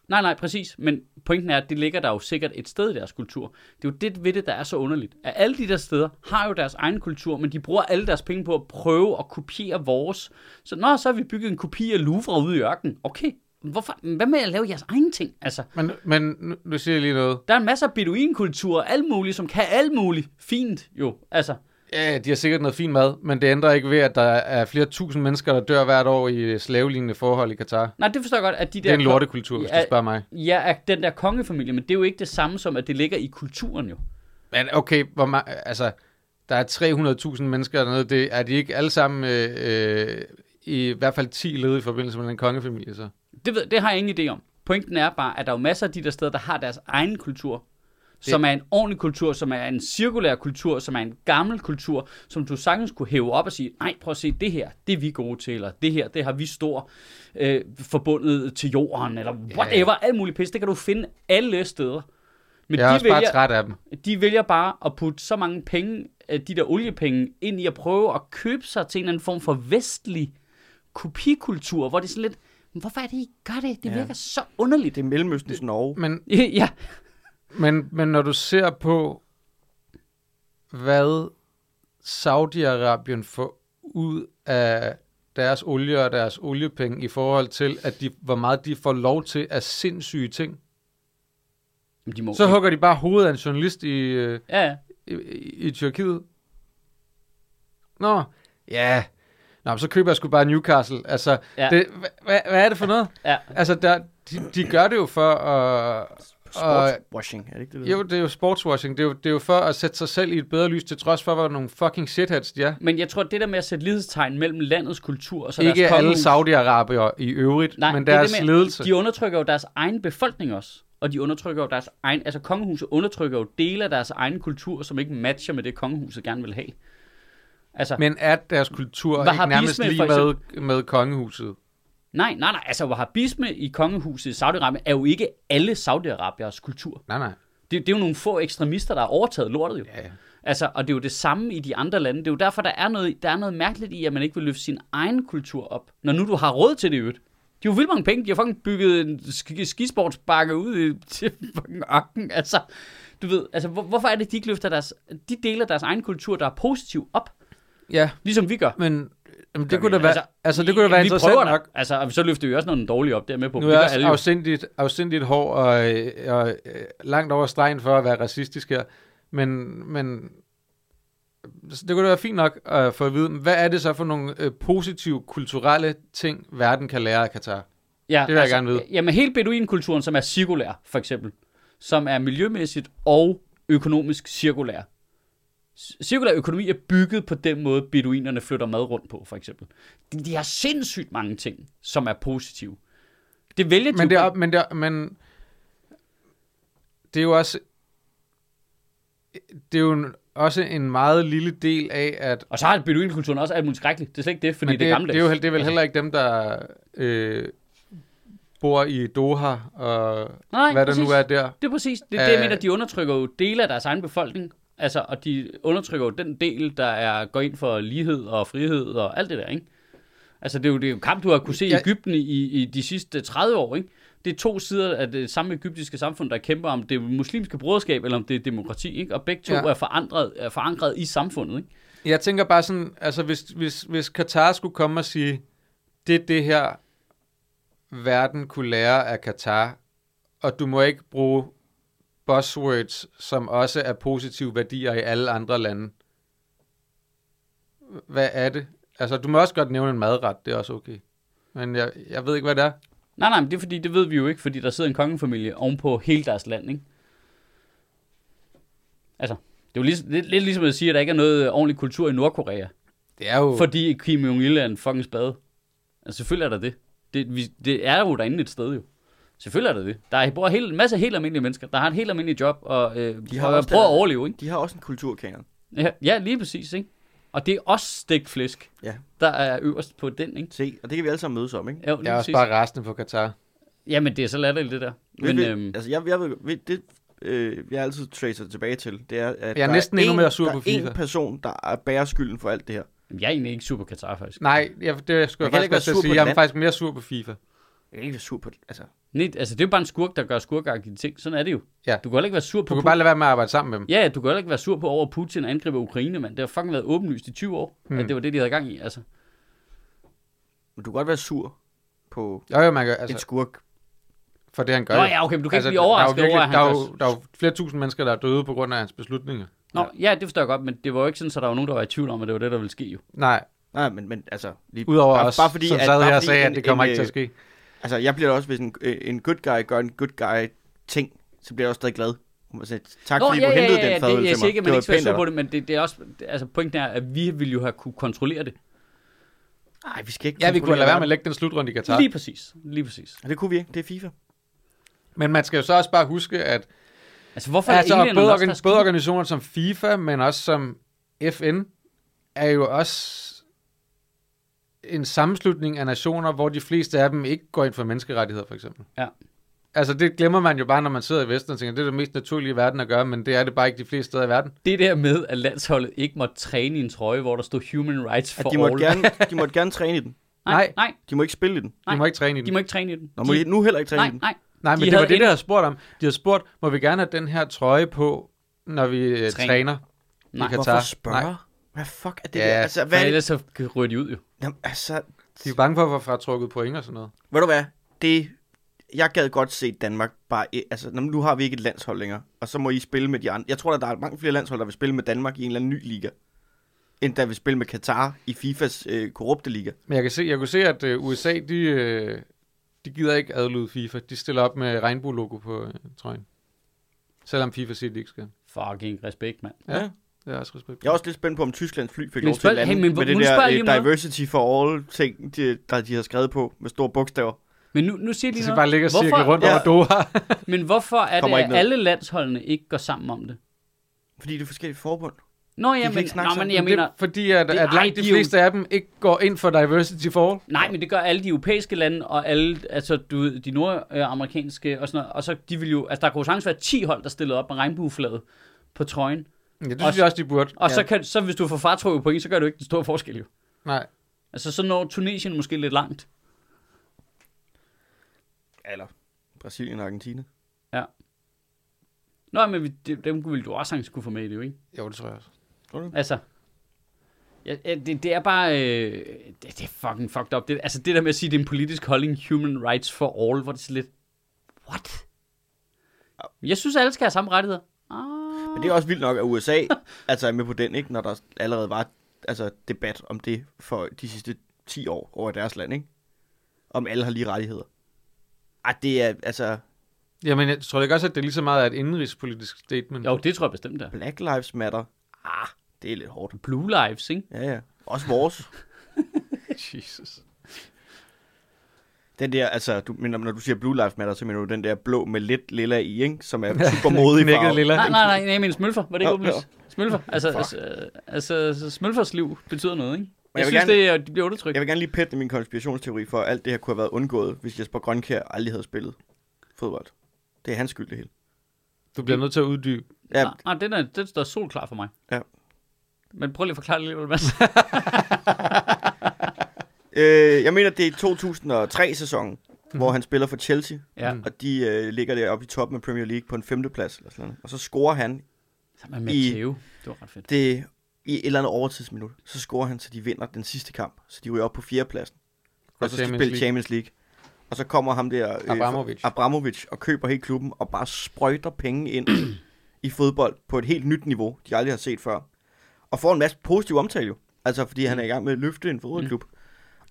S1: Nej, nej, præcis. Men pointen er, at det ligger der jo sikkert et sted i deres kultur. Det er jo det ved det, der er så underligt. At alle de der steder har jo deres egen kultur, men de bruger alle deres penge på at prøve at kopiere vores. Så når så har vi bygget en kopi af Louvre ude i ørkenen. Okay, hvorfor, men hvad med at lave jeres egen ting? Altså,
S2: Men, men nu, nu siger jeg lige noget.
S1: der er en masse af beduinkultur og alt muligt, som kan alt muligt. Fint jo, altså.
S2: Ja, de har sikkert noget fin mad, men det ændrer ikke ved, at der er flere tusind mennesker, der dør hvert år i øh, slavelignende forhold i Katar. Det
S1: Nej, det forstår jeg godt, at de der...
S2: er en lortekultur, hvis
S1: Ja.
S2: du spørger mig.
S1: Ja, at den der kongefamilie, men det er jo ikke det samme som, at det ligger i kulturen jo.
S2: Men okay, hvor ma- altså, der er 300.000 mennesker dernede. Det, er de ikke alle sammen øh, øh, i hvert fald 10 led i forbindelse med den kongefamilie så?
S1: Det, ved, det har jeg ingen idé om. Pointen er bare, at der er jo masser af de der steder, der har deres egen kultur, som er en ordentlig kultur, som er en cirkulær kultur, som er en gammel kultur, som du sagtens kunne hæve op og sige, nej, prøv at se, det her, det er vi gode til, eller det her, det har vi stor øh, forbundet til jorden, eller whatever, yeah. alt muligt pis. Det kan du finde alle steder. Men
S2: Jeg er
S1: de
S2: også bare
S1: vælger,
S2: træt af dem.
S1: de vælger bare at putte så mange penge, øh, de der oliepenge, ind i at prøve at købe sig til en eller anden form for vestlig kopikultur, hvor det er sådan lidt, "Men hvorfor er det, I gør det? Det
S3: Ja.
S1: virker så underligt.
S3: Det Mm. er Mellemøstens Norge.
S2: Men,
S1: ja,
S2: men, men når du ser på, hvad Saudi-Arabien får ud af deres olie og deres oliepenge i forhold til, at de, hvor meget de får lov til af sindssyge ting,
S1: Men de må
S2: så hugger de bare hovedet af en journalist i, øh,
S1: Ja, ja.
S2: i, i Tyrkiet. Nå, ja. Nå, men så køber jeg sgu bare Newcastle. Altså,
S1: Ja.
S2: ja. det, hvad, hvad, hvad er det for noget?
S1: ja.
S2: Altså, der, de, de gør det jo for at...
S3: Sportswashing, er det ikke det?
S2: Jo, det er jo sportswashing. Det er jo, det er jo for at sætte sig selv i et bedre lys, til trods for, hvor nogle fucking shitheads de er.
S1: Men jeg tror, det der med at sætte lidestegn mellem landets kultur og så
S2: Så ikke
S1: deres
S2: alle
S1: kongehus-
S2: Saudi-Arabier i øvrigt, Nej, men deres
S1: det er
S2: det
S1: det
S2: det
S1: med,
S2: ledelse.
S1: De undertrykker jo deres egen befolkning også. Og de undertrykker jo deres egen... Altså, kongehuset undertrykker jo dele af deres egen kultur, som ikke matcher med det, kongehuset gerne vil have. Altså,
S2: Men er deres kultur
S1: Hvad
S2: ikke
S1: har
S2: nærmest
S1: Bismil
S2: lige
S1: for
S2: med, med kongehuset?
S1: Nej, nej, nej. Altså, wahhabisme i kongehuset i Saudi-Arabien er jo ikke alle Saudi-Arabiers kultur.
S2: Nej, nej.
S1: Det, det er jo nogle få ekstremister, der har overtaget lortet jo.
S2: Ja, ja.
S1: Altså, og det er jo det samme i de andre lande. Det er jo derfor, der er noget, der er noget mærkeligt i, at man ikke vil løfte sin egen kultur op. Når nu du har råd til det i øvrigt. De har jo vildt mange penge. De har fucking bygget en sk- skisportsbakke ud i, til fucking ørken. Altså, du ved, altså, hvor, hvorfor er det, de ikke løfter deres, de deler deres egen kultur, der er positiv op?
S2: ja
S1: Ligesom vi gør.
S2: men jamen,
S1: Gør
S2: det, kunne da
S1: vi-
S2: være, altså, det kunne da være
S1: vi
S2: interessant
S1: prøver da.
S2: nok.
S1: Altså, og så løfter vi også noget dårligt op, der med på.
S2: Nu
S1: Det
S2: er jeg
S1: gør
S2: også
S1: alle jo.
S2: afsindigt, afsindigt hård og, øh, og øh, langt over stregen for at være racistisk her. Men, men så det kunne da være fint nok at få at vide, hvad er det så for nogle øh, positive kulturelle ting, verden kan lære af Katar?
S1: Ja,
S2: Det vil jeg gerne vide.
S1: Jamen hele beduinkulturen, som er cirkulær, for eksempel, som er miljømæssigt og økonomisk cirkulær. C- Cirkulær økonomi er bygget på den måde, beduinerne flytter mad rundt på, for eksempel. De, de har sindssygt mange ting, som er positive. Det vælger de
S2: Men det,
S1: jo-
S2: er, men, det er, men det er jo også det er jo en, også en meget lille del af, at
S1: Og så har beduinkulturen også alt muligt skrækkeligt. Det er Altså. slet ikke det, fordi
S2: men
S1: det, det er gammeldags.
S2: det, er jo, hel- det er vel heller ikke dem, der øh, bor i Doha, og
S1: Nej,
S2: hvad der
S1: præcis.
S2: nu er der.
S1: Det er præcis. Det, er det, jeg
S2: Øh,
S1: mener, de undertrykker jo dele af deres egen befolkning. Altså, og de undertrykker jo den del, der er, går ind for lighed og frihed og alt det der, ikke? Altså, det er jo, det er jo en kamp, du har kunne se i
S2: Jeg-
S1: Ægypten i, i de sidste 30 år, ikke? Det er to sider af det samme egyptiske samfund, der kæmper om det muslimske broderskab, eller om det er demokrati, ikke? Og begge to ja.
S2: Ja.
S1: er, forandret, er forankret i samfundet, ikke?
S2: Jeg tænker bare sådan, altså hvis, hvis, hvis Katar skulle komme og sige, det er det her, verden kunne lære af Katar, og du må ikke bruge buzzwords, som også er positive værdier i alle andre lande. Hvad er det? Altså, du må også godt nævne en madret, det er også okay. Men jeg, jeg ved ikke, hvad det er.
S1: Nej, nej, men det er fordi, det ved vi jo ikke, fordi der sidder en kongefamilie ovenpå hele deres land, ikke? Altså, det er jo ligesom, lidt, lidt ligesom at sige, at der ikke er noget øh, ordentlig kultur i Nordkorea.
S2: Det er jo...
S1: Fordi Kim Jong-il er en fucking spade. Altså, selvfølgelig er der det. Det, vi, det er jo derinde et sted, jo. Selvfølgelig er der det. Der er- bor helt, en masse helt almindelige mennesker, der har et helt almindeligt job, og øh, de
S3: har
S1: har prøver
S3: også
S1: prøver at
S3: deres-
S1: overleve, ikke?
S3: De har også en kulturkanon.
S1: Ja, ja, lige præcis, ikke? Og det er også stegt flæsk,
S3: Ja.
S1: der er øverst på den, ikke?
S3: Se, og det kan vi alle sammen mødes om, ikke?
S1: Jo, lige
S2: Jeg er også
S1: præcis.
S2: bare resten på Katar.
S1: Jamen, det er så latterligt, det der.
S3: Men,
S1: Men,
S3: vi,
S1: øhm,
S3: altså, jeg, jeg ved, ved- det, øh, jeg altid tracer det tilbage til, det er, at jeg
S2: er næsten endnu mere sur
S3: der
S2: på
S3: er en
S2: FIFA.
S3: person, der er bærer skylden for alt det her.
S1: jeg er egentlig ikke super Katar, faktisk.
S2: Nej, jeg, det skulle jeg
S3: Man kan
S2: faktisk
S3: ikke være
S2: også til
S3: sur
S2: at sige.
S3: på
S2: Jeg er
S3: land.
S2: faktisk mere sur på FIFA.
S3: Jeg kan ikke være sur på det. Altså,
S1: Nej, altså det er jo bare en skurk, der gør skurkagtige ting. Sådan er det jo.
S2: Ja.
S1: Du kan heller ikke være sur
S2: Du
S1: på...
S2: kan bare lade være med at arbejde sammen med dem.
S1: Pu- ja, ja, du kan heller ikke være sur på over, at Putin angriber Ukraine, mand. Det har fucking været åbenlyst i 20 år,
S2: Hmm.
S1: at det var det, de havde gang i, altså.
S3: men du kan godt være sur på
S2: Jo, jo, man kan,
S3: altså,
S2: altså,
S3: en skurk.
S2: for det, han gør.
S1: Nå
S2: jo.
S1: ja, okay, men du kan altså, ikke
S2: der
S1: blive
S2: er jo
S1: overrasket
S2: virkelig-
S1: over, at han
S2: der,
S1: gør...
S2: er jo, der er jo flere tusind mennesker, der er døde på grund af hans beslutninger.
S1: Nå, ja, det forstår jeg godt, men det var jo ikke sådan, at der var nogen, der var i tvivl om, at det var det, der ville ske jo.
S2: Nej,
S3: Nej, men, men altså... Lige,
S2: udover
S3: bare,
S2: os,
S3: bare fordi,
S2: som
S3: at,
S2: sad
S3: bare
S2: her og
S3: fordi
S2: sagde,
S3: en-
S2: at det kommer
S3: en,
S2: ikke til
S3: øh,
S2: at ske.
S3: Altså, jeg bliver da også, hvis en, øh, en good guy gør en good guy ting, så bliver jeg også stadig glad. Hun må sige, tak fordi du hentede den fadøl
S1: det, jeg
S3: til
S1: siger
S3: mig.
S1: ikke, at man
S3: var
S1: ikke skal være
S3: pænt af
S1: sur på det, men det, det er også... det- Altså, pointen er, at vi ville jo have kunne kontrollere det.
S3: dig. Nej, vi skal ikke.
S2: Ja, vi kunne
S3: kontrollere
S2: lade være med at
S3: verden.
S2: lægge den slutrunde i Katar.
S1: Lige præcis, lige præcis.
S3: Ja, Det kunne vi ikke. Det er FIFA.
S2: Men man skal jo så også bare huske, at
S1: Altså, hvorfor
S2: altså,
S1: er
S2: og
S1: englænderne
S2: både,
S1: også, der
S2: organ, både organisationer som FIFA, men også som FN, er jo også en sammenslutning af nationer, hvor de fleste af dem ikke går ind for menneskerettigheder, for eksempel.
S1: Ja.
S2: Altså, det glemmer man jo bare, når man sidder i Vesten og tænker, det er det mest naturlige i verden at gøre, men det er det bare ikke de fleste steder i verden.
S1: Det der med, at landsholdet ikke måtte træne i en trøje, hvor der stod human rights
S3: At
S1: for
S3: de måtte,
S1: all.
S3: gerne, de måtte gerne træne i den.
S1: Nej,
S2: Nej.
S1: nej,
S3: De må ikke spille i den.
S2: De må ikke træne i
S1: de
S2: det.
S1: må ikke træne i den.
S3: Nå, må de nu heller ikke træne
S1: nej,
S3: i den.
S1: nej.
S2: Nej,
S1: De
S2: men det
S1: havde
S2: var det,
S1: ind-
S2: der havde spurgt om. De havde spurgt, må vi gerne have den her trøje på, når vi øh,
S1: Træn.
S2: træner
S1: Nej,
S2: i Katar?
S3: Hvorfor spørge? Hvad fuck er det
S2: Ja,
S3: der? Altså,
S1: Hvad?
S3: hvad
S1: For
S3: er det?
S1: ellers så ryger de ud jo.
S3: Jamen, altså,
S2: De er bange for at få fratrukket point og sådan noget.
S3: ved du hvad? Det, jeg gad godt se Danmark bare... i- Altså, nå, men nu har vi ikke et landshold længere, og så må I spille med de andre. Jeg tror, at der er mange flere landshold, der vil spille med Danmark i en eller anden ny liga, end der vil spille med Katar i FIFAs øh, korrupte liga.
S2: Men jeg, kan se, jeg kunne se, at øh, USA, de, øh, de gider ikke adlyde FIFA. De stiller op med regnbue-logo på øh, trøjen. Selvom FIFA siger, at de ikke skal.
S1: Fucking respekt, mand.
S2: Ja. Det er også respekt.
S3: Jeg er også lidt spændt på, om Tysklands fly fik
S1: Men
S3: lov til at
S1: spørg-
S3: lande
S1: hey, men
S3: med det
S1: nu spørger
S3: der øh,
S1: jeg lige om noget.
S3: diversity for all ting, de, der de har skrevet på med store bogstaver.
S1: Men nu, nu siger de
S2: de
S1: noget.
S2: skal bare ligge og cirkle
S1: Hvorfor-
S2: rundt
S3: Ja.
S2: over Doha.
S1: Men hvorfor er det,
S3: Kommer ikke
S1: at
S3: ned.
S1: alle landsholdene ikke går sammen om det?
S3: Fordi det er forskellige forbund.
S1: Nå ja,
S3: kan
S1: men,
S3: ikke snakke
S1: nå, men
S3: sammen.
S1: jeg mener,
S2: det, er fordi, at,
S1: det-
S2: at
S1: ej,
S2: langt de
S1: de er jo-
S2: fleste af dem ikke går ind for diversity for all.
S1: nej, men det gør alle de europæiske lande, og alle, altså du ved, de nordamerikanske og sådan noget, og så de vil jo, altså der kunne jo sagtens være 10 hold, der stillede op med regnbueflaget på trøjen,
S2: Ja, det
S1: Også-
S2: synes jeg også, de burde.
S1: og ja. så, kan, så hvis du får fartrukket point, så gør det jo ikke den store forskel jo.
S2: Nej.
S1: Altså så når Tunesien måske lidt langt.
S3: Eller Brasilien og Argentina.
S1: Nå, men vi- det- dem ville du også sagtens kunne få med i det jo, ikke?
S2: Jo, det tror jeg også.
S1: Altså, ja, ja, det, det er bare, øh, det, det er fucking fucked up. Det, altså det der med at sige, det er en politisk holdning, human rights for all, hvor det er sådan lidt, what? Jeg synes, alle skal have samme rettigheder. Ah.
S3: Men det er også vildt nok, at USA altså er med på den, ikke? når der allerede var altså, debat om det for de sidste 10 år over i deres land. Ikke? Om alle har lige rettigheder. Ej, det er altså
S2: Jamen, jeg tror ikke også, at det er lige så meget et indenrigspolitisk statement.
S1: Jo, det tror jeg bestemt det er.
S3: Black Lives Matter. Ah, det er lidt hårdt.
S1: Blue lives, ikke?
S3: Ja, ja. Også vores.
S2: Jesus.
S3: Den der, altså, du, men når når du siger Blue Lives Matter, så mener du den der blå med lidt lilla i, ikke? Som er super modig
S2: Knækket
S3: farve.
S2: lilla.
S1: Nej, nej, nej, nej, jeg mener smølfer. Var det ikke
S3: Nå,
S1: åbenlyst? Smølfer. Altså, altså, altså, smølfers altså, liv betyder noget, ikke? Jeg, jeg synes,
S3: gerne,
S1: det, er, de bliver undertrykt.
S3: jeg vil gerne lige pætte min konspirationsteori for, at alt det her kunne have været undgået, hvis Jesper Grønkær aldrig havde spillet fodbold. Det er hans skyld, det hele.
S2: Du bliver nødt til at uddybe.
S3: Ja,
S1: Nej, nej, Ah, den, er, den står solklar for mig.
S3: Ja.
S1: Men prøv lige at forklare det lidt, Mads.
S3: øh, jeg mener, det er 2003-sæsonen, hvor han spiller for Chelsea,
S1: ja.
S2: Mm.
S3: og de øh, ligger deroppe i toppen af Premier League på en femteplads, eller sådan noget. og så scorer han
S1: Sammen med
S3: I-
S1: Theo. Det var ret fedt.
S3: det i et eller andet overtidsminut, så scorer han, så de vinder den sidste kamp, så de ryger op på fjerdepladsen. Og så skal de
S2: Champions
S3: spille
S2: League.
S3: Champions League. Og så kommer ham der øh,
S2: Abramovic.
S3: Abramovic og køber hele klubben og bare sprøjter penge ind i fodbold på et helt nyt niveau, de aldrig har set før. Og får en masse positiv omtale jo. Altså fordi
S1: Mm.
S3: han er i gang med at løfte en fodboldklub.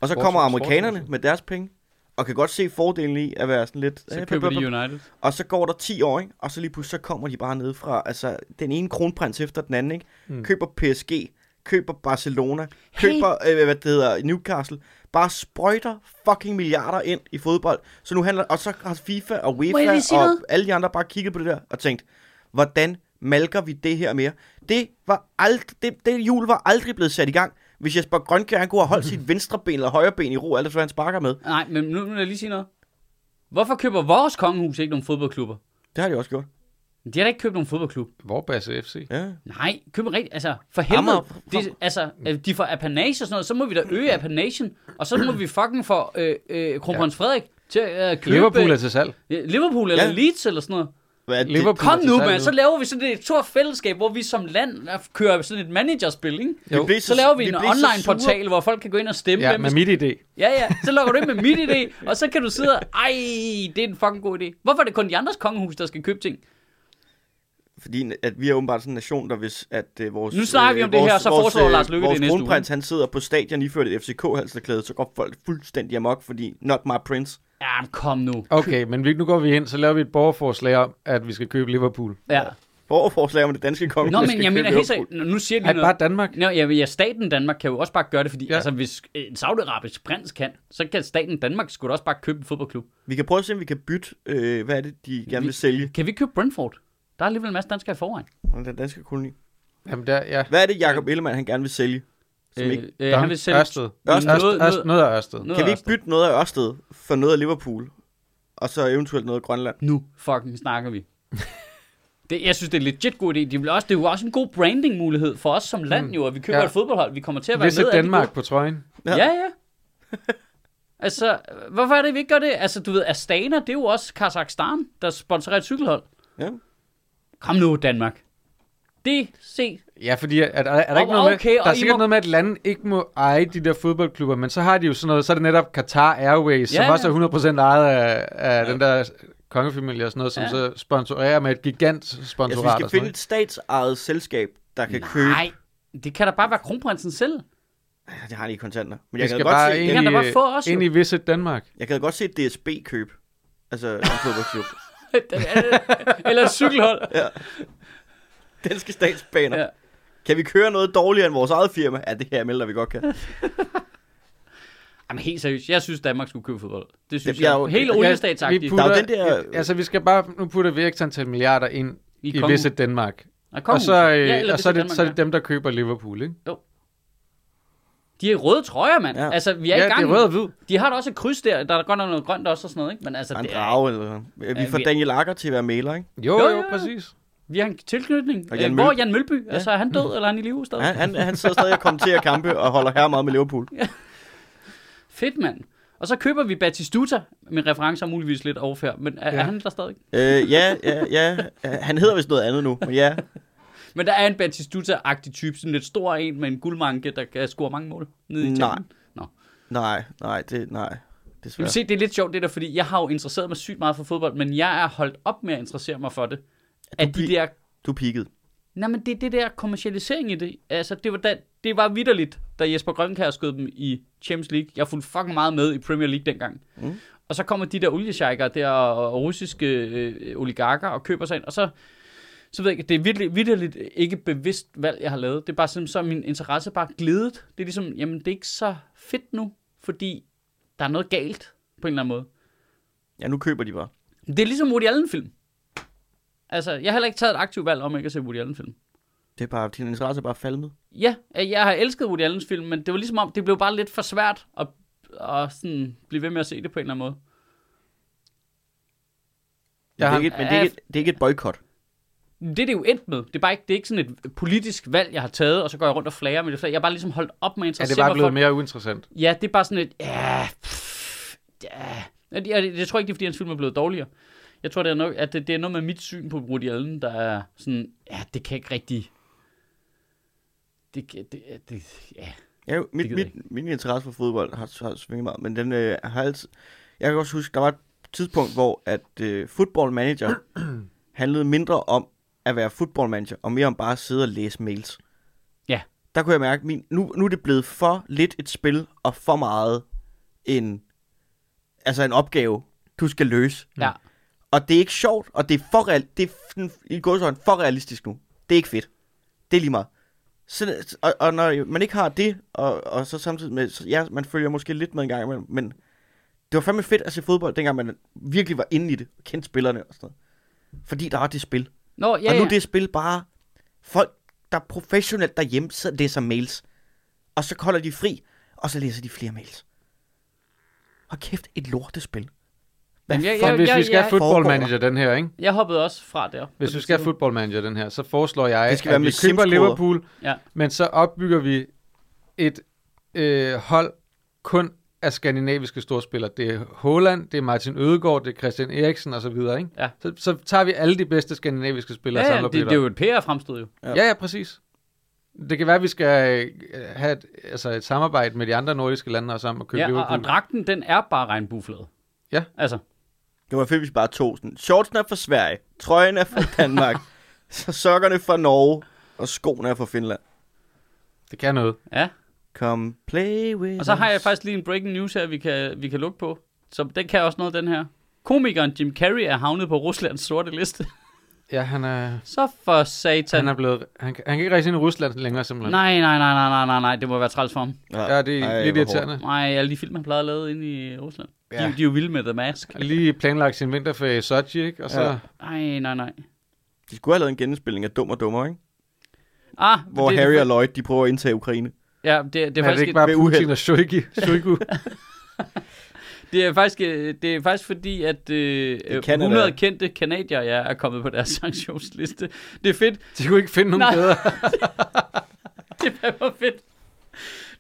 S3: Og så
S2: Sports-
S3: kommer amerikanerne
S2: sportsmæssigt.
S3: med deres penge og kan godt se fordelen i at være sådan lidt...
S1: Så køber
S3: "Eh, blub, blub,
S1: de United.
S3: og så går der 10 år, ikke? og så lige pludselig så kommer de bare ned fra, altså den ene kronprins efter den anden, ikke?
S2: Mm.
S3: Mm. køber PSG, køber Barcelona, køber, øh, hvad det hedder, Newcastle, bare sprøjter fucking milliarder ind i fodbold. Så nu handler, og så har FIFA og
S1: Må jeg lige
S3: UEFA
S1: sige
S3: og
S1: noget?
S3: alle de andre bare kigget på det der og tænkt, hvordan malker vi det her mere? Det, var aldrig, det, det hjul var aldrig blevet sat i gang, hvis Jesper Grønkjær han kunne have holdt sit venstre ben eller højre ben i ro, alt hvad han sparker med.
S1: Nej, men nu vil jeg lige sige noget. Hvorfor køber vores kongehus ikke nogen fodboldklubber?
S3: Det har de også gjort.
S1: De har da ikke købt nogen fodboldklub.
S2: Hvor Basse FC?
S3: Ja.
S1: Nej, køb en rigtig, altså for helvede.
S3: Amager.
S1: Det, altså, øh, de får apanage og sådan noget, så må vi da øge apanagen, og så må vi fucking få øh, øh, kronprins Frederik til at øh, købe...
S2: Liverpool er til salg.
S1: Ja, Liverpool eller ja.
S3: Ja.
S1: Leeds eller sådan noget.
S3: Hvad, det,
S2: Liverpool
S1: Kom
S2: er til
S1: nu,
S2: salg
S1: mand, så laver vi sådan et stort fællesskab, hvor vi som land øh, kører sådan et managerspil, ikke?
S2: Jo.
S3: blev
S1: Så laver vi en
S3: blev så sure.
S1: online-portal, hvor folk kan gå ind og stemme.
S2: Ja,
S1: hvem
S2: med mit idé.
S1: Ja, ja, så logger du ind med mit idé, og så kan du sidde og, ej, det er en fucking god idé. Hvorfor er det kun de andres kongehus, der skal købe ting?
S3: Fordi at vi er åbenbart sådan en nation, der hvis at øh, vores...
S1: Nu snakker vi om det her, så foreslår Lars Løkke det
S3: vores
S1: i næste uge.
S3: kronprins, han sidder på stadion iført et FCK-halsterklæde, så går folk fuldstændig amok, fordi not my prince.
S1: Ja, men kom nu.
S2: Okay, men vi- nu går vi ind, så laver vi et borgerforslag om, at vi skal købe Liverpool.
S1: Ja.
S3: Borgerforslag om det danske konge.
S1: Nå, men altså, jeg mener helt seriøst, nu siger jeg
S2: Ej,
S1: lige
S2: bare
S1: noget.
S2: Danmark.
S1: Nå, ja, ja, staten Danmark kan jo også bare gøre det, fordi ja.
S2: Ja.
S1: altså, hvis en saudiarabisk prins kan, så kan staten Danmark sgu da også bare købe en fodboldklub.
S3: Vi kan prøve at se, om vi kan bytte, øh, hvad er det, de gerne vil sælge
S1: Kan vi købe Brentford? Der er alligevel en masse danskere i forvejen.
S3: om den danske koloni.
S2: Jamen, der, ja.
S3: Hvad er det, Jacob Ellemann, han gerne vil sælge? Som
S1: Øh,
S3: ikke...
S1: øh, han vil sælge
S2: Ørsted.
S1: noget,
S2: Ørsted.
S1: noget,
S2: Ørsted. Ørsted.
S1: noget,
S2: Noget af Ørsted.
S1: noget
S3: Kan vi
S1: af
S3: ikke bytte noget af Ørsted for noget af Liverpool? Og så eventuelt noget af Grønland?
S1: os. Nu fucking snakker vi. Det, jeg synes, det er en legit god idé. De vil også, det er jo også en god branding-mulighed for os som land, jo, at vi køber Mm. ja.
S2: Ja.
S1: et fodboldhold. Vi kommer til at være
S2: Hvis
S1: med.
S2: et
S1: af de gode-
S2: Danmark på trøjen.
S1: Ja, ja. altså, hvorfor er det, vi ikke gør det? Altså, du ved, Astana, det er jo også Kazakhstan, der sponsorerer et cykelhold.
S3: Ja.
S1: Kom nu, Danmark. Det se.
S2: Ja, fordi er, er, er der ikke
S1: Og-
S2: noget
S1: okay,
S2: med, der
S1: og
S2: er
S1: I
S2: sikkert
S1: må-
S2: noget med, at lande ikke må eje de der fodboldklubber, men så har de jo sådan noget, så er det netop Qatar Airways,
S1: Ja,
S2: som
S1: ja.
S2: også er 100% ejet af, af den der kongefamilie og sådan noget, som
S1: Ja.
S2: så sponsorerer med et gigant sponsorat.
S3: Jeg synes, vi skal
S2: og sådan
S3: finde et statsejet selskab, der kan købe...
S1: Nej, det kan da bare være kronprinsen selv.
S3: Ja, Det har han ikke i kontanter. Men
S2: noget. Vi
S3: jeg
S2: skal
S3: kan, godt
S2: bare
S3: se,
S2: ind,
S1: kan
S2: i,
S1: da bare få os,
S2: ind
S1: jo.
S2: i Visit Danmark.
S3: jeg kan godt se DSB købe. Altså en fodboldklub.
S1: Eller et cykelhold.
S3: Danske statsbaner.
S1: Ja.
S3: Ja. Kan vi køre noget dårligere end vores eget firma? Ja, det her melder vi godt kan.
S1: Altså,
S3: Det
S1: Jamen helt seriøst, jeg synes, Danmark skulle købe fodbold. Det synes
S3: Det- jeg
S1: jeg.
S3: er jo-
S1: Hele
S3: Ja,
S1: oliestatsagtigt.
S2: vi
S3: Der
S2: putter,
S3: er jo den der-
S2: Altså, vi skal bare, nu putter vi ekstra antal milliarder ind
S1: I
S2: i, i
S1: kongehuset.
S2: Visit Danmark.
S1: Og,
S2: Og så, øh,
S1: ja,
S2: ja,
S1: eller
S2: og så, er det,
S1: Danmark,
S2: så er
S1: ja.
S2: det dem, der køber Liverpool, ikke?
S1: De er i røde trøjer, mand. Ja.
S3: Ja.
S1: Altså, vi er
S2: Ja,
S1: i gang.
S2: det er rød og hvid.
S1: De har da også et kryds der. Der er godt nok noget grønt også og sådan noget, ikke? Men altså,
S3: er en
S1: det er,
S3: drage eller sådan. Vi
S1: Ja,
S3: får
S1: vi-
S3: Daniel Akker til at være maler, ikke?
S2: Jo,
S1: Jo,
S2: jo,
S1: jo,
S2: jo
S1: jo.
S2: præcis.
S1: vi har en tilknytning.
S3: Og Jan
S1: Øh, Hvor er
S3: Møl-
S1: Jan Mølby? Ja. Altså, er han død, eller er han i live stadig?
S3: Han, han, han sidder stadig og kommenterer kampe og holder her meget med Liverpool.
S1: Fedt, mand. Og så køber vi Batistuta, med referencer muligvis lidt overfærd, men er, ja.
S2: Ja.
S1: er han der stadig?
S3: Øh, ja, ja, ja. Øh, Han hedder vist noget andet nu, men ja.
S1: Men der er en Batistuta-agtig type, sådan lidt stor en med en guldmanke, der kan score mange mål. Nede i
S3: Nej.
S1: Italien. Nå.
S3: Nej, nej, det, nej.
S1: Jamen,
S3: Desværre.
S1: se, det er lidt sjovt det der, fordi jeg har jo interesseret mig sygt meget for fodbold, men jeg er holdt op med at interessere mig for det. At de
S3: bli-
S1: der...
S3: Du peakede.
S1: Nej, men det er det der kommercialisering i det. Altså, det var, da, det var vidderligt, da Jesper Grønkær skød dem i Champions League. Jeg fulgte fucking meget med i Premier League dengang. Mm. Og så kommer de der oliesjækker der og, og russiske øh, oligarker og køber sig ind, og så så ved jeg ikke, det er virkelig, virkelig ikke bevidst valg, jeg har lavet. Det er bare sådan, så er min interesse bare glidet. Det er ligesom, jamen det er ikke så fedt nu, fordi der er noget galt på en eller anden måde.
S3: Ja, nu køber de bare.
S1: Det er ligesom Woody Allen-film. Altså, jeg har heller ikke taget et aktivt valg om ikke at se Woody Allen-film.
S3: Det er bare, din interesse er bare falmet.
S1: Ja, øh, jeg har elsket Woody Allen's film, men det var ligesom om, det blev bare lidt for svært at, at sådan blive ved med at se det på en eller anden måde.
S3: Men, det,
S2: har-
S3: er ikke, et- men det, er ikke, et- det er ikke et boykot.
S1: Det er det jo endt med. Det er bare ikke, det er ikke sådan et politisk valg, jeg har taget, og så går jeg rundt og flager med det flag. Jeg har bare ligesom holdt op med at
S2: Er det
S1: interessere
S2: bare
S1: mig for...
S2: blevet mere uinteressant?
S1: Ja, det er bare sådan et... Ja, pff, ja. Jeg, jeg, jeg tror ikke, det er, fordi hans film er blevet dårligere. Jeg tror, det er, nok, at det, det er noget med mit syn på Woody Allen, der er sådan... Ja, det kan ikke rigtig... Det, kan- det, det, ja.
S3: Ja, jo, mit,
S1: gider jeg
S3: mit, min interesse for fodbold har, har svinget meget, men den øh, har altid... Jeg kan også huske, der var et tidspunkt, hvor at øh, football manager handlede mindre om at være football manager, og mere om bare at sidde og læse mails.
S1: Ja.
S3: Der kunne jeg mærke, min, nu, nu er det blevet for lidt et spil, og for meget en, altså en opgave, du skal løse.
S2: Mm.
S1: ja.
S3: Og det er ikke sjovt, og det er for, real, det er sådan, i godsøjne for realistisk nu. Det er ikke fedt. Det er lige meget. Så, og, og når man ikke har det, og, og så samtidig med, så, ja, man følger måske lidt med en gang imellem, men det var fandme fedt at se fodbold, dengang man virkelig var inde i det, og kendte spillerne og sådan noget. Fordi der var det spil.
S1: Nå, ja,
S3: og nu
S1: ja.
S3: er det spil bare folk, der professionelt derhjemme sidder og læser mails, og så holder de fri, og så læser de flere mails. Og kæft, et lortespil. Hvad
S1: Jamen, jeg-
S2: For hvis vi skal have football
S3: foregår der?
S2: manager den her, ikke?
S1: Jeg hoppede også fra der.
S2: Hvis vi skal have football manager den her, så foreslår jeg,
S3: Det skal være
S2: at vi
S3: med
S2: køber
S3: Sims-koder.
S2: Liverpool,
S1: Ja.
S2: men så opbygger vi et øh, hold kun af skandinaviske storspillere. Det er Holland, det er Martin Ødegaard, det er Christian Eriksen osv. Ikke?
S1: Ja.
S2: Så, så tager vi alle de bedste skandinaviske spillere
S1: Ja, ja,
S2: sammen
S1: det,
S2: og samler
S1: det er jo et PR-fremstød jo.
S3: Ja.
S2: Ja, ja, præcis. Det kan være, at vi skal øh, have et, altså et samarbejde med de andre nordiske lande og sammen og købe
S1: Ja, og,
S2: Liverpool.
S1: og dragten, den er bare regnbueflade.
S2: Ja.
S1: Altså,
S3: Det var fedt, hvis vi bare tog sådan. Shortsen er fra Sverige, trøjen er fra Danmark, så sokkerne fra Norge, og skoene er fra Finland.
S2: det kan noget.
S1: ja.
S3: Come play with
S1: Og så har jeg
S3: us.
S1: faktisk lige en breaking news her, vi kan, vi kan lukke på. Så den kan også noget, den her. Komikeren Jim Carrey er havnet på Ruslands sorte liste.
S2: Ja, han er,
S1: Så for
S2: han
S1: satan.
S2: er blevet... Han, kan- han kan ikke rejse ind i Rusland længere, simpelthen.
S1: Nej, nej, nej, nej, nej, nej, nej, det må være træls for ham.
S2: Ja, det er
S3: Ej,
S2: Ej,
S3: hvor hårdt.
S2: lidt irriterende.
S1: Nej, alle de film, han plejede at lave inde i Rusland. Ja. De,
S2: Ja.
S1: de er jo vilde med The Mask.
S2: Lige planlagt sin vinterferie i Sochi, ikke? Og så...
S3: Ja.
S2: Ja.
S1: Nej, nej, nej.
S3: De skulle have lavet en genindspilning af Dum og Dummer, ikke?
S1: Ah,
S3: Hvor
S1: det,
S3: Harry og Lloyd, de prøver at indtage Ukraine.
S1: Ja, det, det
S2: Det
S1: er
S2: er, er det
S1: faktisk
S2: ikke bare
S3: ved
S2: Putin
S3: uheld.
S2: og Shoigu? Shoigu?
S1: Det er faktisk, øh, det er faktisk fordi, at øh,
S3: er
S1: øh,
S3: Canada.
S1: 100 kendte kanadier ja, er kommet på deres sanktionsliste. Det er fedt.
S2: De kunne ikke finde nogen
S1: Nej.
S2: bedre.
S1: Det er for fedt.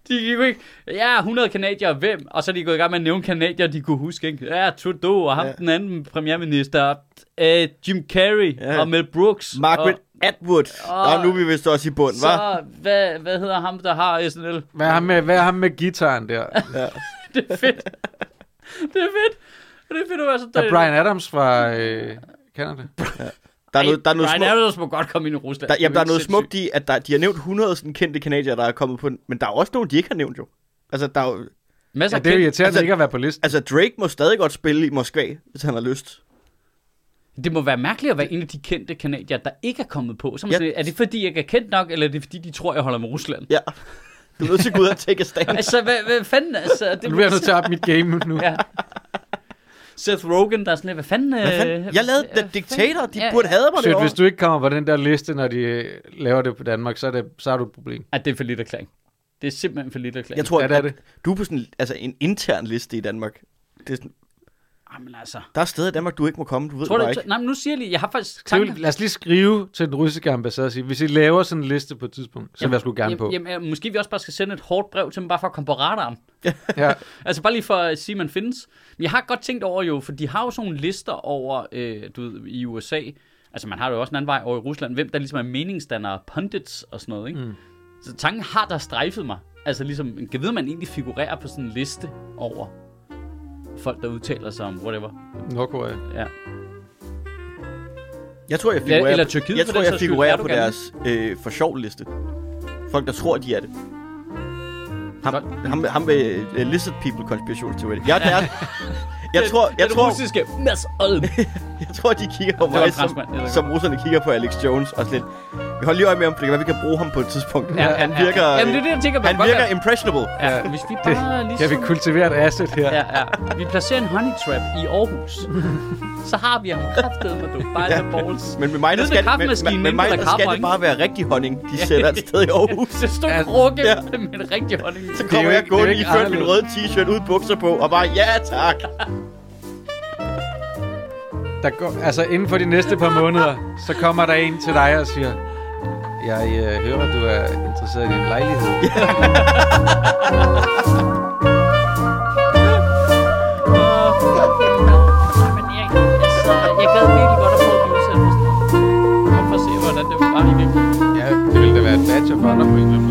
S1: De gik jo ikke, ja, 100 kanadier, hvem? Og så er de gået i gang med at nævne kanadier, de kunne huske, ikke? Ja, Trudeau og ham,
S3: Ja.
S1: ja. den anden premierminister, øh, Jim Carrey
S3: Ja.
S1: ja. og Mel Brooks.
S3: Margaret og, Atwood.
S1: og-
S3: Og, nu er vi vist også i
S1: og,
S3: bund, hva'?
S1: så, hvad, hvad hedder ham, der har SNL?
S2: Hvad er ham med, hvad er ham med gitaren der?
S1: Det er fedt. det er fedt. Og det er fedt at være så
S2: Er Brian Adams fra øh, Canada?
S3: Der er noget, der er noget
S1: Brian
S3: smukt.
S1: Adams må godt komme ind i Rusland.
S3: Der,
S1: Det
S3: jamen,
S1: jo
S3: der er noget
S1: sindssygt.
S3: smukt i, at der, de har nævnt 100 sådan kendte kanadier, der er kommet på den. Men der er også nogle, de ikke har nævnt jo. Altså, der er, jo-
S1: Masser
S2: Ja,
S1: af
S2: det er jo
S1: kendte-
S2: irriterende
S3: altså-
S2: altså, ikke at være på listen.
S3: altså, Drake må stadig godt spille i Moskva, hvis han har lyst.
S1: Det må være mærkeligt at være en af de kendte kanadier, der ikke er kommet på. Så er man
S3: Ja.
S1: sådan, er det fordi, jeg ikke er kendt nok, eller er det fordi, de tror, jeg holder med Rusland?
S3: Ja. Du er nødt til at gå ud og take a stand.
S1: altså, hvad, hvad fanden? Altså, det
S2: Nu bliver jeg nødt til at op mit game nu.
S1: Ja. Seth Rogen, der er sådan lidt, hvad fanden? øh,
S3: Hvad fanden? Jeg lavede The Dictator, de burde have mig
S2: Sødt, hvis
S3: derovre.
S2: du ikke kommer på den der liste, når de øh, laver det på Danmark, så er, det, så er du et problem.
S1: At det er for lidt erklæring. Det er simpelthen for lidt erklæring.
S3: Jeg tror,
S2: Ja,
S3: at,
S2: det er
S3: at du er på sådan altså, en intern liste i Danmark. Det er sådan,
S1: Jamen altså.
S3: der er steder i Danmark, du ikke må komme, du ved
S1: Tror
S3: det
S1: du,
S3: bare
S1: ikke?
S3: ikke.
S1: Nej, men nu siger jeg lige, jeg har faktisk
S2: Skriv,
S1: tanker.
S2: lad os lige skrive til den russiske ambassade og sige, hvis I laver sådan en liste på et tidspunkt, så vil jeg sgu gerne
S1: jamen,
S2: på.
S1: Jamen, jamen, måske vi også bare skal sende et hårdt brev til dem, bare for at komme på radaren.
S2: Ja.
S1: Altså bare lige for at sige, at man findes. Men jeg har godt tænkt over jo, for de har jo sådan nogle lister over, øh, du ved, i USA. Altså man har det jo også en anden vej over i Rusland, hvem der ligesom er meningsdannere, pundits og sådan noget, ikke? Mm. Så tanken har der strejfet mig. Altså ligesom, kan vide, man egentlig figurerer på sådan en liste over folk, der udtaler sig om whatever.
S2: Nordkorea.
S1: Ja.
S3: Jeg tror, jeg
S1: Ja,
S3: figurerer,
S1: eller Tyrkiet,
S3: jeg
S1: for
S3: tror,
S1: den sags
S3: jeg
S1: skyld. Er
S3: figurerer
S1: du
S3: på
S1: gammel?
S3: deres øh, for sjov liste. Folk, der tror, de er det. Ham,
S1: Godt.
S3: ham, ham med uh, Lizard People konspirationsteori. Jeg, der, jeg tror, jeg
S1: Den
S3: tror,
S1: russiske Mads Olm.
S3: jeg tror, de kigger
S1: var
S3: på
S1: en
S3: mig, som,
S1: franskmand, jeg ved
S3: som russerne kigger på Alex Jones, og sådan lidt, Vi holder lige øje med ham, for det kan være, vi kan bruge ham på et tidspunkt.
S1: Ja, ja,
S3: han
S1: ja.
S3: virker,
S1: Jamen, det er det, jeg tænker. man
S3: han
S1: godt
S3: virker
S1: kan-
S3: impressionable.
S1: Ja, hvis vi bare ligesom...
S2: Kan vi kultivere et asset her?
S1: Ja, ja. Vi placerer en honey trap i Aarhus. så har vi ham kraftet med du. Bare ja. balls.
S3: Men med mig, der
S1: Nede ved
S3: skal, med,
S1: kraftmaskinen,
S3: med, med mig,
S1: inden
S3: der
S1: der
S3: skal det
S1: krabber,
S3: bare være rigtig honning, de sætter et sted i Aarhus.
S1: Det er et stykke
S2: Ja.
S1: krukke
S3: Ja.
S1: med en rigtig honning.
S3: Så
S2: Det er jo
S3: kommer jeg
S2: ikke- det er
S3: gående
S2: jo
S3: i
S2: ikke
S3: ført min
S2: anderledes.
S3: røde t-shirt uden bukser på, og bare, ja tak.
S2: Der går, altså inden for de næste par måneder, så kommer der en til dig og siger, jeg øh, hører, at du er interesseret i din lejlighed.
S1: Åh, men jeg, altså, jeg gad virkelig godt at prøve at blive udsat for sådan noget. Og for at se, hvordan det var i virkeligheden.
S2: Ja, det ville da være et match for andre på en eller anden